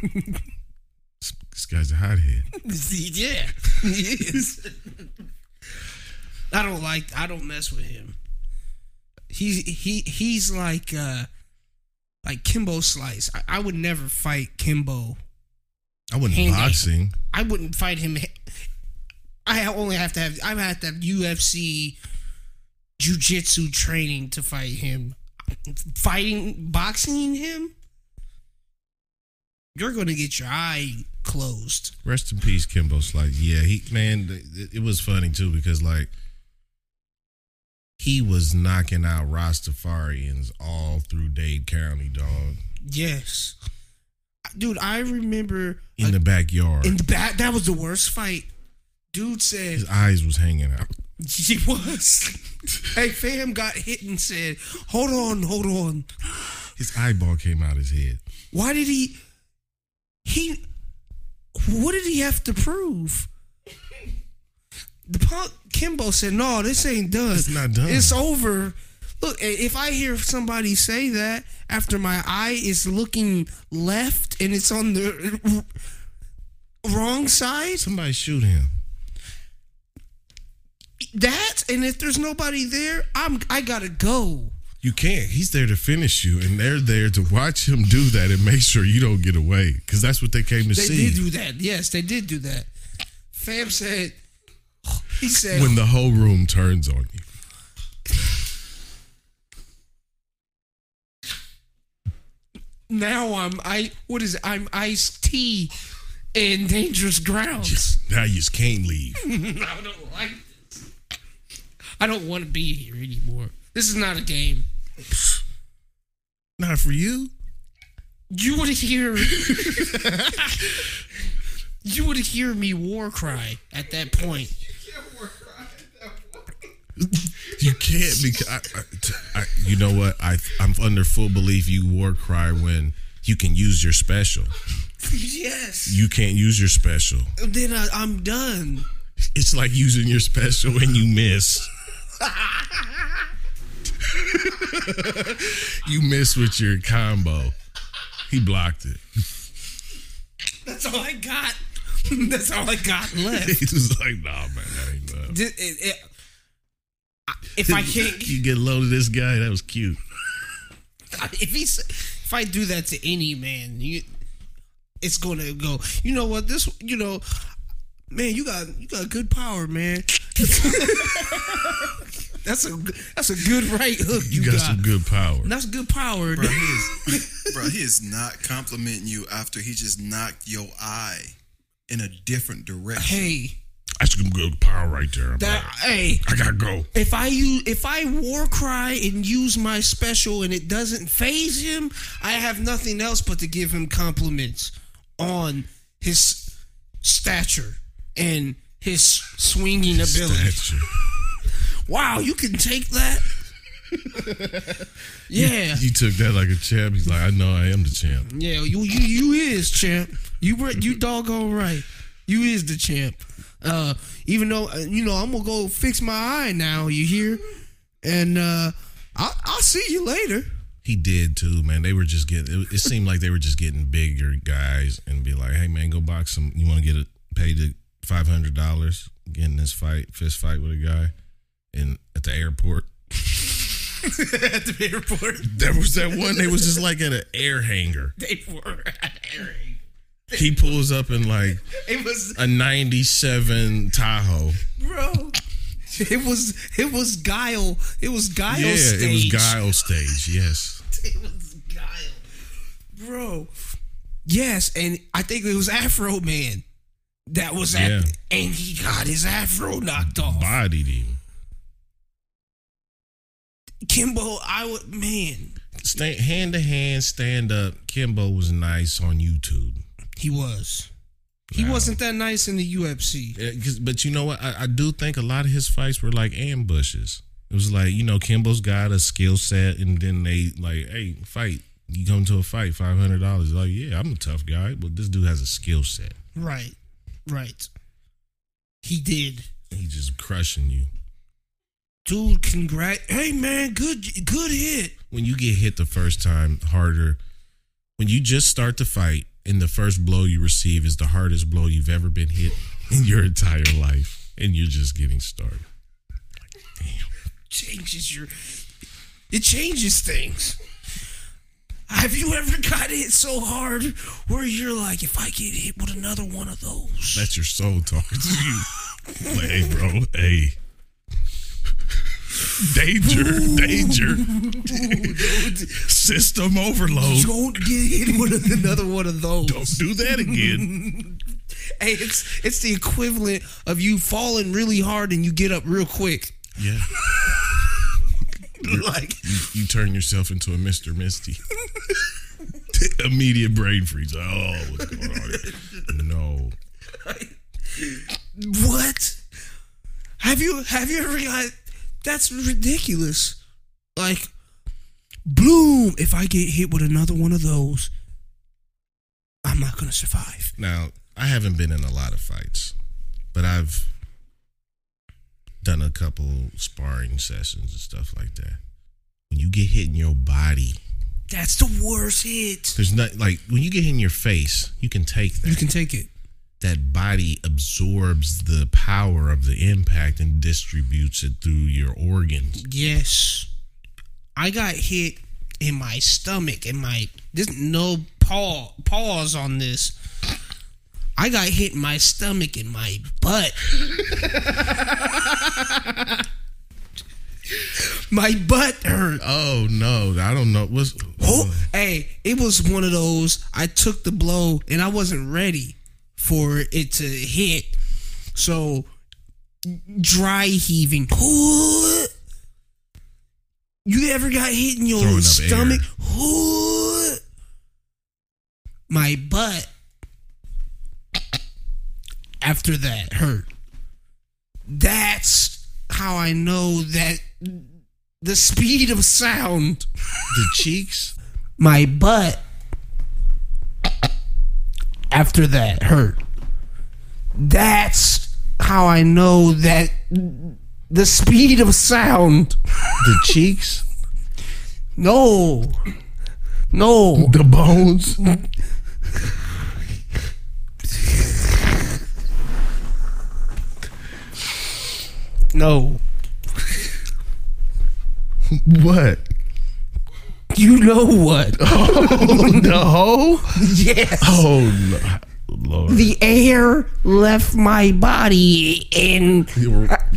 [SPEAKER 1] this, this guy's a hothead.
[SPEAKER 2] yeah. Yes. I don't like I don't mess with him. He's he he's like uh like Kimbo Slice. I, I would never fight Kimbo.
[SPEAKER 1] I wasn't
[SPEAKER 2] Handy.
[SPEAKER 1] boxing.
[SPEAKER 2] I wouldn't fight him. I only have to have I have to have UFC jiu-jitsu training to fight him. Fighting boxing him? You're going to get your eye closed.
[SPEAKER 1] Rest in peace, Kimbo Slice. Yeah, he man, th- th- it was funny too because like he was knocking out Rastafarians all through Dade County, dog,
[SPEAKER 2] Yes. Dude, I remember
[SPEAKER 1] in the backyard.
[SPEAKER 2] in the back that was the worst fight. Dude said
[SPEAKER 1] His eyes was hanging out.
[SPEAKER 2] she was. hey, fam got hit and said, "Hold on, hold on.
[SPEAKER 1] His eyeball came out his head.
[SPEAKER 2] Why did he? He. What did he have to prove?" The punk Kimbo said, "No, this ain't done.
[SPEAKER 1] It's not done.
[SPEAKER 2] It's over." Look, i- if I hear somebody say that after my eye is looking left and it's on the wrong side,
[SPEAKER 1] Somebody shoot him.
[SPEAKER 2] that and if there's nobody there i'm i gotta go
[SPEAKER 1] You can't. He's there to finish you, and they're there to watch him do that and make sure you don't get away. Because that's what they came to
[SPEAKER 2] they
[SPEAKER 1] see.
[SPEAKER 2] did do that yes they did do that fam said he said
[SPEAKER 1] when the whole room turns on you.
[SPEAKER 2] now i'm i what is it? i'm iced tea in dangerous grounds
[SPEAKER 1] Now you just can't leave.
[SPEAKER 2] i don't like this i don't want to be here anymore this is not a game
[SPEAKER 1] Not for you.
[SPEAKER 2] you would hear you would hear me war cry at that point
[SPEAKER 1] You can't because I, I- t- I- you know what? I I'm under full belief you war cry when you can use your special.
[SPEAKER 2] yes
[SPEAKER 1] You can't use your special.
[SPEAKER 2] then I, i'm done
[SPEAKER 1] It's like using your special when you miss. you miss with your combo. He blocked it.
[SPEAKER 2] That's all I got. That's all I got left.
[SPEAKER 1] He was like, nah, man, that ain't love.
[SPEAKER 2] Th- it- it- I- if I can't,
[SPEAKER 1] You get a load of this guy. That was cute.
[SPEAKER 2] if he's, if I do that to any man, you, it's gonna go. You know what? This, you know, man, you got you got good power, man. that's a that's a good right hook. You,
[SPEAKER 1] You, got,
[SPEAKER 2] got,
[SPEAKER 1] some good power.
[SPEAKER 2] That's good power.
[SPEAKER 3] Bro, he is, bro, he is not complimenting you after he just knocked your eye in a different direction.
[SPEAKER 2] Hey,
[SPEAKER 1] That's some good power right there. I'm
[SPEAKER 2] that
[SPEAKER 1] like,
[SPEAKER 2] hey.
[SPEAKER 1] I gotta go.
[SPEAKER 2] If I use, if I war cry and use my special and it doesn't phase him, I have nothing else but to give him compliments on his stature and his swinging ability.
[SPEAKER 1] That's you.
[SPEAKER 2] Wow, you can take that. yeah,
[SPEAKER 1] You took that like a champ. He's like, I know I am the champ.
[SPEAKER 2] yeah, you you you is champ. You were you doggone right. You is the champ. Uh, even though uh, you know I'm gonna go fix my eye now. You hear? And uh, I'll I'll see you later.
[SPEAKER 1] He did too, man. They were just getting. It, it seemed like they were just getting bigger guys and be like, hey man, go box some. You want to get a, paid five hundred dollars getting this fight, fist fight with a guy. in at the airport.
[SPEAKER 2] at the airport.
[SPEAKER 1] There was that one. They was just like at an air hangar.
[SPEAKER 2] They were airing.
[SPEAKER 1] He pulls up in like
[SPEAKER 2] It was
[SPEAKER 1] a '97 Tahoe.
[SPEAKER 2] bro. It was it was guile. It was guile.
[SPEAKER 1] yeah,
[SPEAKER 2] stage.
[SPEAKER 1] it was Guile stage. Yes,
[SPEAKER 2] It was guile, bro. Yes, and I think it was Afro Man that was at,
[SPEAKER 1] Yeah.
[SPEAKER 2] and he got his Afro knocked off.
[SPEAKER 1] bodied him.
[SPEAKER 2] Kimbo, I would man,
[SPEAKER 1] Stand, hand to hand, stand up. Kimbo was nice on YouTube.
[SPEAKER 2] he was. He
[SPEAKER 1] Nah.
[SPEAKER 2] wasn't that nice in the UFC.
[SPEAKER 1] Yeah, 'cause- but you know what? I, I do think a lot of his fights were like ambushes. It was like you know Kimbo's got a skill set, and then they like, hey, fight. You come to a fight, five hundred dollars. Like, yeah, I'm a tough guy, but this dude has a skill set.
[SPEAKER 2] Right, right. He did.
[SPEAKER 1] He's just crushing you.
[SPEAKER 2] Dude, congrat. Hey man, good good hit.
[SPEAKER 1] When you get hit the first time, harder. When you just start to fight, and the first blow you receive is the hardest blow you've ever been hit in your entire life, and you're just getting started.
[SPEAKER 2] Changes your it changes things. Have you ever got hit so hard where you're like, if I get hit with another one of those?
[SPEAKER 1] That's your soul talking to you. like, hey, bro, hey. Danger, danger. System overload.
[SPEAKER 2] Don't get hit with another one of those.
[SPEAKER 1] Don't do that again.
[SPEAKER 2] Hey, it's it's the equivalent of you falling really hard and you get up real quick.
[SPEAKER 1] Yeah.
[SPEAKER 2] like
[SPEAKER 1] You, you turn yourself into a Mr. Misty. Immediate brain freeze. Oh, what's going on here? No.
[SPEAKER 2] What? Have you have you ever got? That's ridiculous. Like, bloom. If I get hit with another one of those, I'm not gonna survive.
[SPEAKER 1] Now, I haven't been in a lot of fights, but I've done a couple sparring sessions and stuff like that. When you get hit in your body,
[SPEAKER 2] That's the worst hit.
[SPEAKER 1] there's not like when you get hit in your face, you can take that.
[SPEAKER 2] You can take it.
[SPEAKER 1] that body absorbs the power of the impact and distributes it through your organs.
[SPEAKER 2] Yes, I got hit in my stomach. In my there's no paw pause on this. I got hit in my stomach in my butt. my butt hurt.
[SPEAKER 1] Oh no, I don't know. What's
[SPEAKER 2] Oh,
[SPEAKER 1] Mm.
[SPEAKER 2] hey, it was one of those. I took the blow and I wasn't ready for it to hit. So dry heaving. You ever got hit in your
[SPEAKER 1] Throwing up
[SPEAKER 2] stomach? My butt. After that hurt. That's how I know that the speed of sound
[SPEAKER 1] the cheeks?
[SPEAKER 2] my butt after that hurt. That's how I know that the speed of sound.
[SPEAKER 1] The cheeks?
[SPEAKER 2] No. No.
[SPEAKER 1] The bones?
[SPEAKER 2] No.
[SPEAKER 1] What?
[SPEAKER 2] You know what?
[SPEAKER 1] The hole?
[SPEAKER 2] yes.
[SPEAKER 1] Oh no. Lord.
[SPEAKER 2] The air left my body and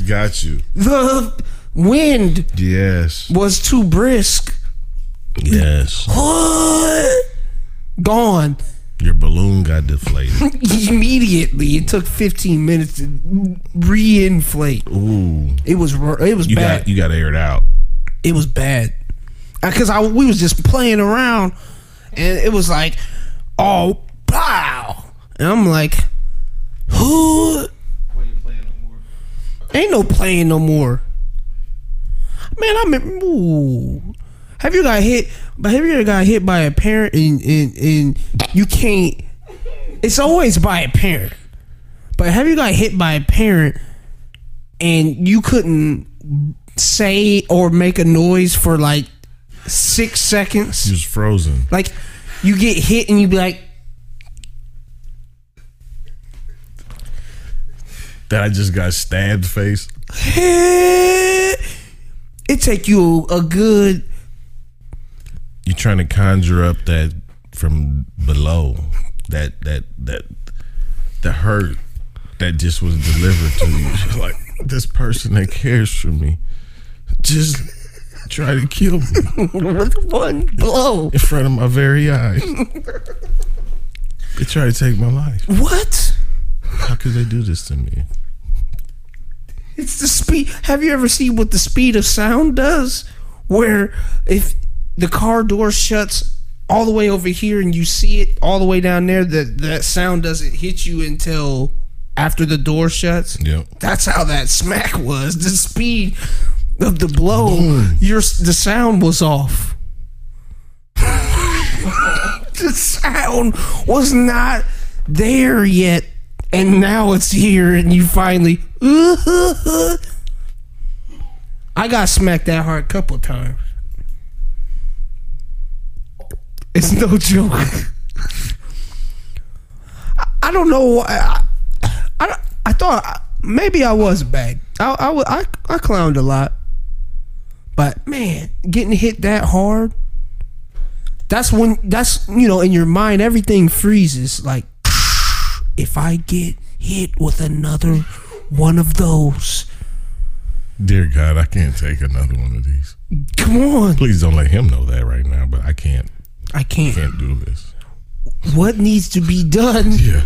[SPEAKER 1] Got you.
[SPEAKER 2] the wind
[SPEAKER 1] Yes.
[SPEAKER 2] was too brisk.
[SPEAKER 1] Yes.
[SPEAKER 2] Gone.
[SPEAKER 1] Your balloon got deflated.
[SPEAKER 2] immediately. It took 15 minutes to reinflate.
[SPEAKER 1] Ooh.
[SPEAKER 2] It was r- it was
[SPEAKER 1] You
[SPEAKER 2] bad.
[SPEAKER 1] got you got aired out.
[SPEAKER 2] it was bad. Because I we was just playing around, and it was like, oh wow, and I'm like, who? Ain't no playing no more. Man, I'm. in- Ooh. Have you got hit? But have you ever got hit by a parent and, and and you can't? It's always by a parent. But have you got hit by a parent and you couldn't say or make a noise for like six seconds?
[SPEAKER 1] You was frozen.
[SPEAKER 2] Like you get hit and you be like,
[SPEAKER 6] that I just got stabbed face.
[SPEAKER 2] It take you a good
[SPEAKER 1] You're trying to conjure up that from below, that that that the hurt that just was delivered to you. You're like this person that cares for me, just try to kill me
[SPEAKER 2] with one blow.
[SPEAKER 1] in front of my very eyes. They try to take my life.
[SPEAKER 2] What?
[SPEAKER 1] How could they do this to me?
[SPEAKER 2] It's the speed. Have you ever seen what the speed of sound does? Where if the car door shuts all the way over here and you see it all the way down there, that that sound doesn't hit you until after the door shuts.
[SPEAKER 1] Yep.
[SPEAKER 2] That's how that smack was. The speed of the blow, your the sound was off. the sound was not there yet, and now it's here, and you finally. I got smacked that hard a couple times. It's no joke. I- I don't know. why- I, I, don't- I thought maybe I was bad. I, I, wa- I, I clowned a lot. But man, getting hit that hard, that's when, that's, you know, in your mind, everything freezes. Like, if I get hit with another one of those,
[SPEAKER 1] Dear God, I can't take another one of these.
[SPEAKER 2] come on.
[SPEAKER 1] Please don't let him know that right now, but I can't
[SPEAKER 2] I can't.
[SPEAKER 1] can't do this.
[SPEAKER 2] What needs to be done
[SPEAKER 1] Yeah.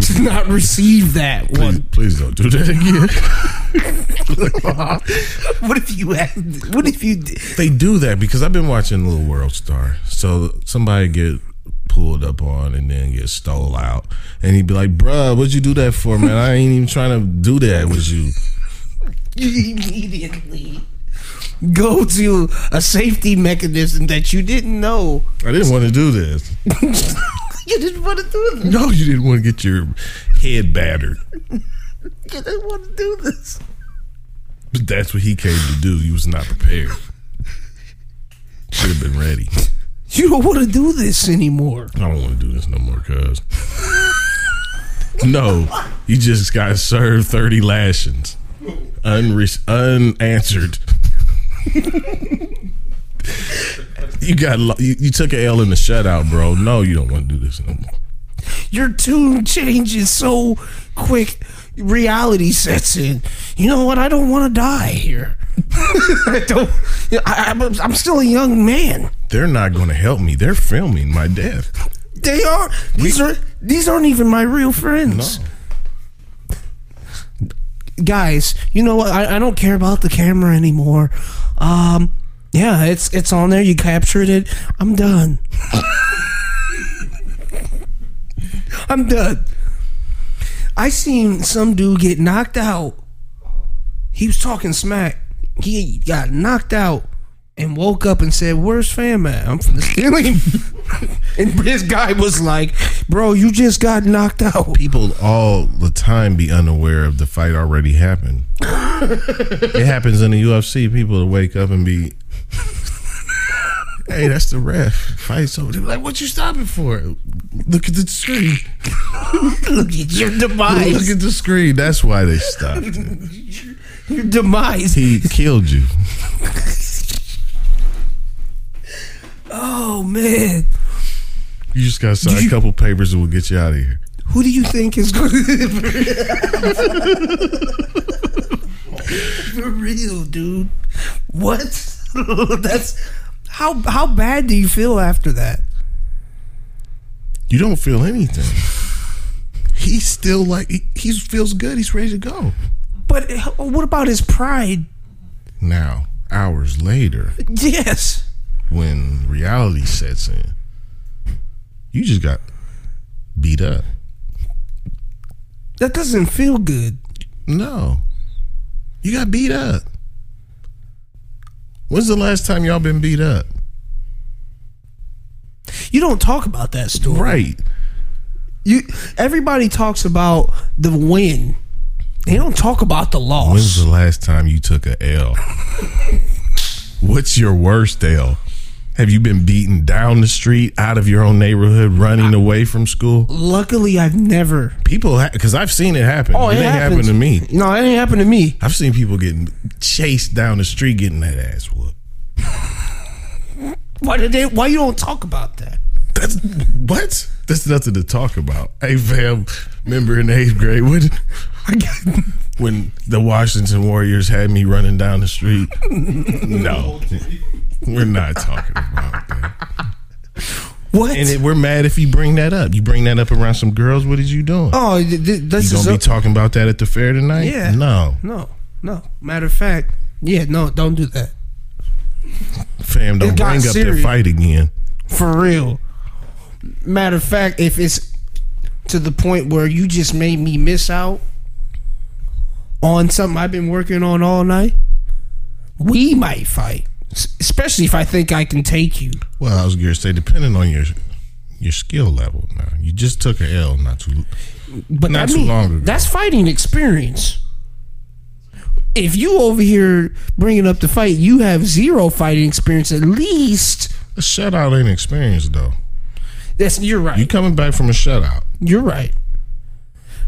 [SPEAKER 2] to not receive that
[SPEAKER 1] Please,
[SPEAKER 2] one?
[SPEAKER 1] please don't do that again.
[SPEAKER 2] What if you had, what if you, did?
[SPEAKER 1] they do that because I've been watching Little World Star. So somebody get pulled up on and then get stole out, and he'd be like, "Bruh, what'd you do that for, man? I ain't even trying to do that with you."
[SPEAKER 2] you immediately go to a safety mechanism that you didn't know
[SPEAKER 1] I didn't want to do this.
[SPEAKER 2] you didn't want to do this.
[SPEAKER 1] No, you didn't want to get your head battered.
[SPEAKER 2] You didn't want to do this.
[SPEAKER 1] But that's what he came to do. He was not prepared. Should have been ready.
[SPEAKER 2] You don't want to do this anymore.
[SPEAKER 1] I don't want to do this no more, cuz. no, you just got served 30 lashings. Unre- unanswered. you got lo- you, you took an L in the shutout, bro. No, you don't want to do this no more.
[SPEAKER 2] Your tune changes so quick. Reality sets in. You know what? I don't want to die here. I don't. I, I'm, I'm still a young man.
[SPEAKER 1] They're not going to help me. They're filming my death.
[SPEAKER 2] They are. These are. These aren't even my real friends. Guys, you know what? I, I don't care about the camera anymore. Um, yeah, it's it's on there. You captured it. I'm done. I'm done. I seen some dude get knocked out. He was talking smack. He got knocked out and woke up and said, "Where's fam at? I'm from the stealing." and this guy was like, "Bro, you just got knocked out."
[SPEAKER 1] People all the time be unaware of the fight already happened. it happens in the UFC. People to wake up and be, "Hey, that's the ref. Fight's over." They're like, "What you stopping for? Look at the screen.
[SPEAKER 2] Look at your
[SPEAKER 1] Look
[SPEAKER 2] demise.
[SPEAKER 1] at the screen. That's why they stopped. it.
[SPEAKER 2] your demise.
[SPEAKER 1] He killed you."
[SPEAKER 2] Oh man,
[SPEAKER 1] You just gotta sign a couple papers and we'll get you out of here.
[SPEAKER 2] who do you think is going to? For real, dude. What? That's how how bad do you feel after that?
[SPEAKER 1] You don't feel anything. He's still like he, he feels good. He's ready to go.
[SPEAKER 2] But h- what about his pride?
[SPEAKER 1] Now, hours later,
[SPEAKER 2] Yes.
[SPEAKER 1] when reality sets in, you just got beat up.
[SPEAKER 2] That doesn't feel good.
[SPEAKER 1] No, you got beat up. When's the last time y'all been beat up?
[SPEAKER 2] You don't talk about that story.
[SPEAKER 1] Right.
[SPEAKER 2] You everybody talks about the win. They don't talk about the loss.
[SPEAKER 1] When's the last time you took a L? What's your worst L? Have you been beaten down the street, out of your own neighborhood, running away from school?
[SPEAKER 2] Luckily, I've never.
[SPEAKER 1] People, because I've seen it happen. Oh, it ain't happened to me.
[SPEAKER 2] No, it ain't happened to me.
[SPEAKER 1] I've seen people getting chased down the street, getting that ass whooped.
[SPEAKER 2] Why did they? Why you don't talk about that?
[SPEAKER 1] That's what? That's nothing to talk about. Hey, fam, remember in eighth grade when when the Washington Warriors had me running down the street? No, we're not talking about that.
[SPEAKER 2] What?
[SPEAKER 1] And it, we're mad if you bring that up. You bring that up around some girls. What is you doing?
[SPEAKER 2] oh, th- th-
[SPEAKER 1] you
[SPEAKER 2] this
[SPEAKER 1] gonna
[SPEAKER 2] is
[SPEAKER 1] be
[SPEAKER 2] a-
[SPEAKER 1] talking about that at the fair tonight?
[SPEAKER 2] Yeah.
[SPEAKER 1] No,
[SPEAKER 2] no, no. Matter of fact, yeah, no, don't do that
[SPEAKER 1] fam, don't
[SPEAKER 2] It got
[SPEAKER 1] bring up that
[SPEAKER 2] serious.
[SPEAKER 1] fight again.
[SPEAKER 2] for real. Matter of fact, if it's to the point where you just made me miss out on something I've been working on all night, we might fight. S- Especially if I think I can take you.
[SPEAKER 1] Well, I was gonna say, depending on your your skill level. Now, you just took an L not too.
[SPEAKER 2] But
[SPEAKER 1] Not
[SPEAKER 2] I
[SPEAKER 1] too
[SPEAKER 2] mean,
[SPEAKER 1] long ago.
[SPEAKER 2] That's fighting experience. If you over here bringing up the fight, you have zero fighting experience. At least
[SPEAKER 1] A shutout ain't experience though.
[SPEAKER 2] that's you're right.
[SPEAKER 1] You coming back from a shutout,
[SPEAKER 2] You're right.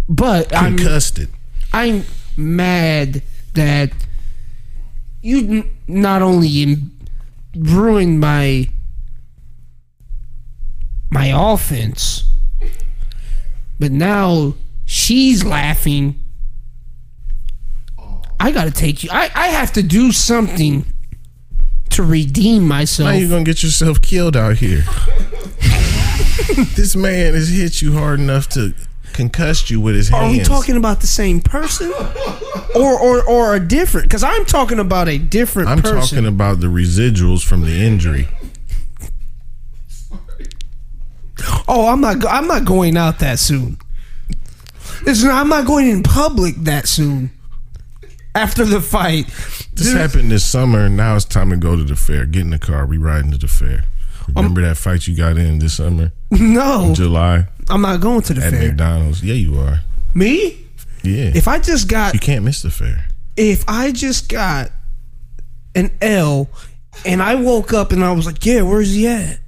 [SPEAKER 2] But I'm
[SPEAKER 1] concussed it.
[SPEAKER 2] I'm mad that you n- not only in- ruined my my offense, but now she's laughing. I gotta take you. I, I have to do something to redeem myself.
[SPEAKER 1] Now you gonna get yourself killed out here. this man has hit you hard enough to concuss you with his
[SPEAKER 2] Are
[SPEAKER 1] hands.
[SPEAKER 2] we talking about the same person, or or or a different? Because I'm talking about a different
[SPEAKER 1] I'm
[SPEAKER 2] person.
[SPEAKER 1] talking about the residuals from the injury.
[SPEAKER 2] oh, I'm not. go- I'm not going out that soon. Listen, I'm not going in public that soon. After the fight,
[SPEAKER 1] This happened this summer. Now it's time to go to the fair. Get in the car. We riding to the fair. Remember
[SPEAKER 2] Um,
[SPEAKER 1] that fight you got in this summer,
[SPEAKER 2] no,
[SPEAKER 1] July
[SPEAKER 2] I'm not going to the
[SPEAKER 1] at
[SPEAKER 2] fair.
[SPEAKER 1] McDonald's? Yeah, you are.
[SPEAKER 2] Me?
[SPEAKER 1] Yeah,
[SPEAKER 2] If I just got,
[SPEAKER 1] you can't miss the fair.
[SPEAKER 2] if I just got an L, and I woke up and I was like, yeah, where's he at?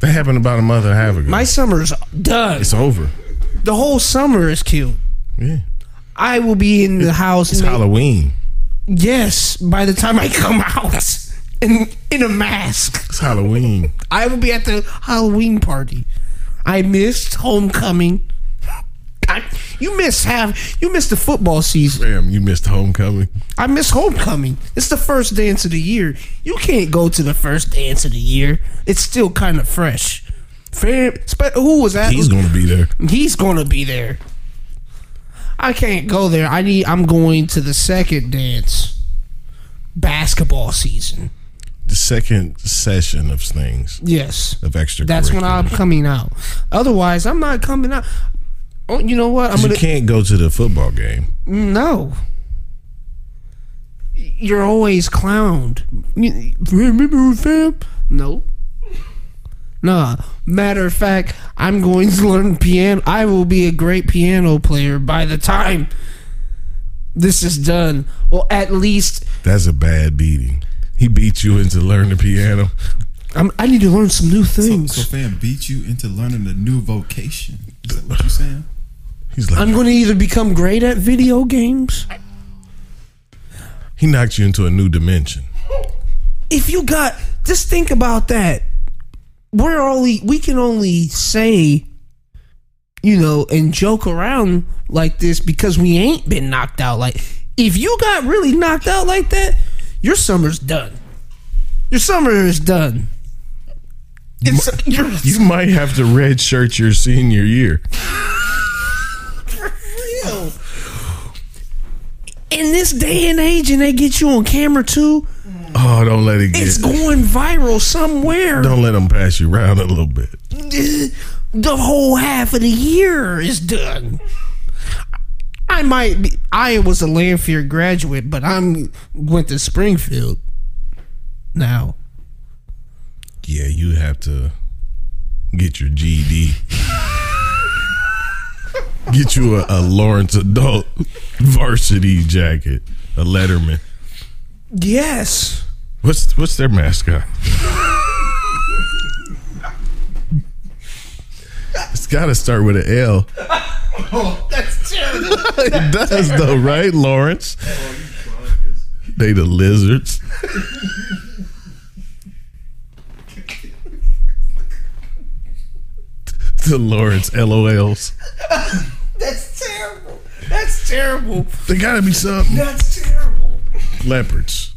[SPEAKER 1] That happened about a month and a half ago.
[SPEAKER 2] My summer's done.
[SPEAKER 1] it's over.
[SPEAKER 2] The whole summer is killed.
[SPEAKER 1] Yeah,
[SPEAKER 2] I will be in the house.
[SPEAKER 1] it's
[SPEAKER 2] ma-
[SPEAKER 1] Halloween.
[SPEAKER 2] yes, by the time I come out in in a mask,
[SPEAKER 1] It's Halloween.
[SPEAKER 2] I will be at the Halloween party. I missed homecoming. I, you miss half. You missed the football season.
[SPEAKER 1] Fam, you missed homecoming.
[SPEAKER 2] I miss homecoming. It's the first dance of the year. You can't go to the first dance of the year. It's still kind of fresh. Fam, spe- who was that?
[SPEAKER 1] He's gonna be there.
[SPEAKER 2] He's gonna be there. I can't go there. I need. I'm going to the second dance. Basketball season.
[SPEAKER 1] The second session of things
[SPEAKER 2] Yes,
[SPEAKER 1] of extra.
[SPEAKER 2] that's when I'm coming out. Otherwise, I'm not coming out. Oh, you know what? I'm
[SPEAKER 1] You
[SPEAKER 2] gonna Mm,
[SPEAKER 1] can't go to the football game.
[SPEAKER 2] no. You're always clowned. You- Remember, fam? No. Nah. Matter of fact, I'm going to learn piano. I will be a great piano player by the time this is done. Well, at least
[SPEAKER 1] That's a bad beating. He beat you into learning the piano.
[SPEAKER 2] I'm, I need to learn some new
[SPEAKER 3] So,
[SPEAKER 2] things.
[SPEAKER 3] so fam beat you into learning a new vocation. Is that what you saying?
[SPEAKER 1] He's like,
[SPEAKER 2] I'm going to either become great at video games.
[SPEAKER 1] he knocked you into a new dimension.
[SPEAKER 2] if you got just think about that we're only we can only say you know and joke around like this because we ain't been knocked out like if you got really knocked out like that your summer's done your summer is done it's, you're,
[SPEAKER 1] You might have to red shirt your senior year.
[SPEAKER 2] Yo. in this day and age and they get you on camera too
[SPEAKER 1] Oh, don't let it
[SPEAKER 2] it's
[SPEAKER 1] get.
[SPEAKER 2] going viral somewhere
[SPEAKER 1] Don't let him pass you around a little bit.
[SPEAKER 2] the whole half of the year is done. I might be. I was a Lanphier graduate, but I'm went to Springfield now.
[SPEAKER 1] Yeah, you have to get your E GED. get you a, a Lawrence adult varsity jacket, a Letterman.
[SPEAKER 2] Yes,
[SPEAKER 1] What's what's their mascot? got to start with an L. Oh, that's terrible. it does though, right, Lawrence? They the lizards. the Lawrence LOLs.
[SPEAKER 2] That's terrible. That's terrible.
[SPEAKER 1] They gotta be something.
[SPEAKER 2] That's terrible.
[SPEAKER 1] Leopards.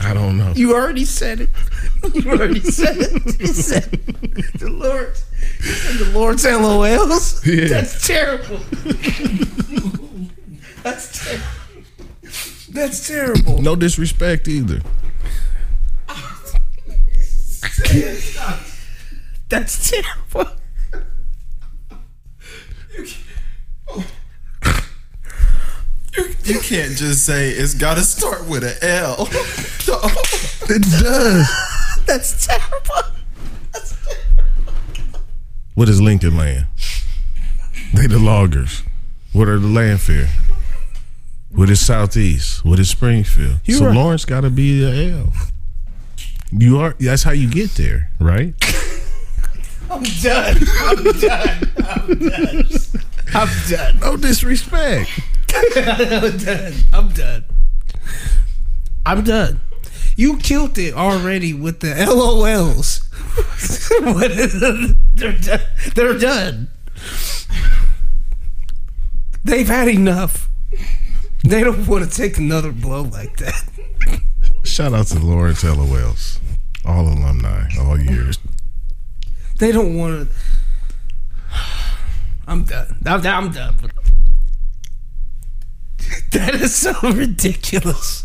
[SPEAKER 1] I don't know.
[SPEAKER 2] You already said it. You already said it. You said the Lord's. You said the Lord's LOLs.
[SPEAKER 1] Yeah.
[SPEAKER 2] That's terrible. That's terrible. That's terrible.
[SPEAKER 1] No disrespect either.
[SPEAKER 2] That's terrible.
[SPEAKER 3] You can't just say it's got to start with an L.
[SPEAKER 1] It does.
[SPEAKER 2] That's terrible.
[SPEAKER 1] What is Lincoln Land? They the loggers. What are the landfill? What is Southeast? What is Springfield? so
[SPEAKER 7] right.
[SPEAKER 1] Lawrence got to be a L. You are. That's how you get there, right?
[SPEAKER 2] I'm done. I'm done. I'm done.
[SPEAKER 1] No disrespect.
[SPEAKER 2] I'm done. I'm done. I'm done. You killed it already with the LOLs. What is it? they're done. They're done. They've had enough. They don't want to take another blow like that.
[SPEAKER 1] Shout out to Lawrence LOLs, all alumni, all years.
[SPEAKER 2] They don't want to. I'm done. I'm, I'm done. That is so ridiculous.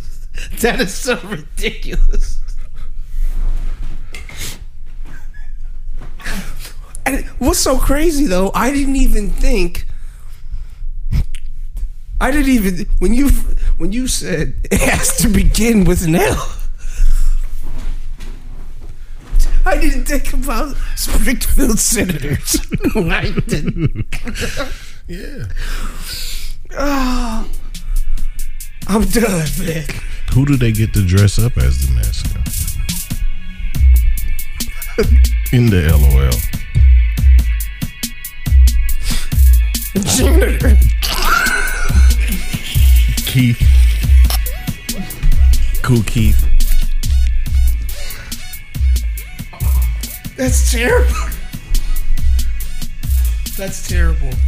[SPEAKER 2] That is so ridiculous. And what's so crazy though, I didn't even think. I didn't even when you when you said it has to begin with an L. I didn't think about Springfield senators. I didn't.
[SPEAKER 1] Yeah.
[SPEAKER 2] Oh, I'm done, man.
[SPEAKER 1] Who do they get to dress up as the mascot? In the LOL.
[SPEAKER 2] Janitor.
[SPEAKER 1] Keith. Cool Keith.
[SPEAKER 2] That's terrible. That's terrible.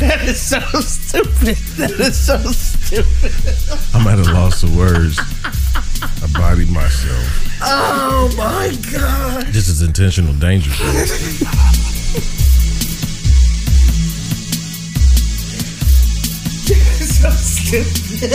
[SPEAKER 2] that is so stupid. That is so stupid.
[SPEAKER 1] I'm at a loss of words. I body myself.
[SPEAKER 2] Oh my god.
[SPEAKER 1] This is intentional danger. bro.
[SPEAKER 2] That is so stupid.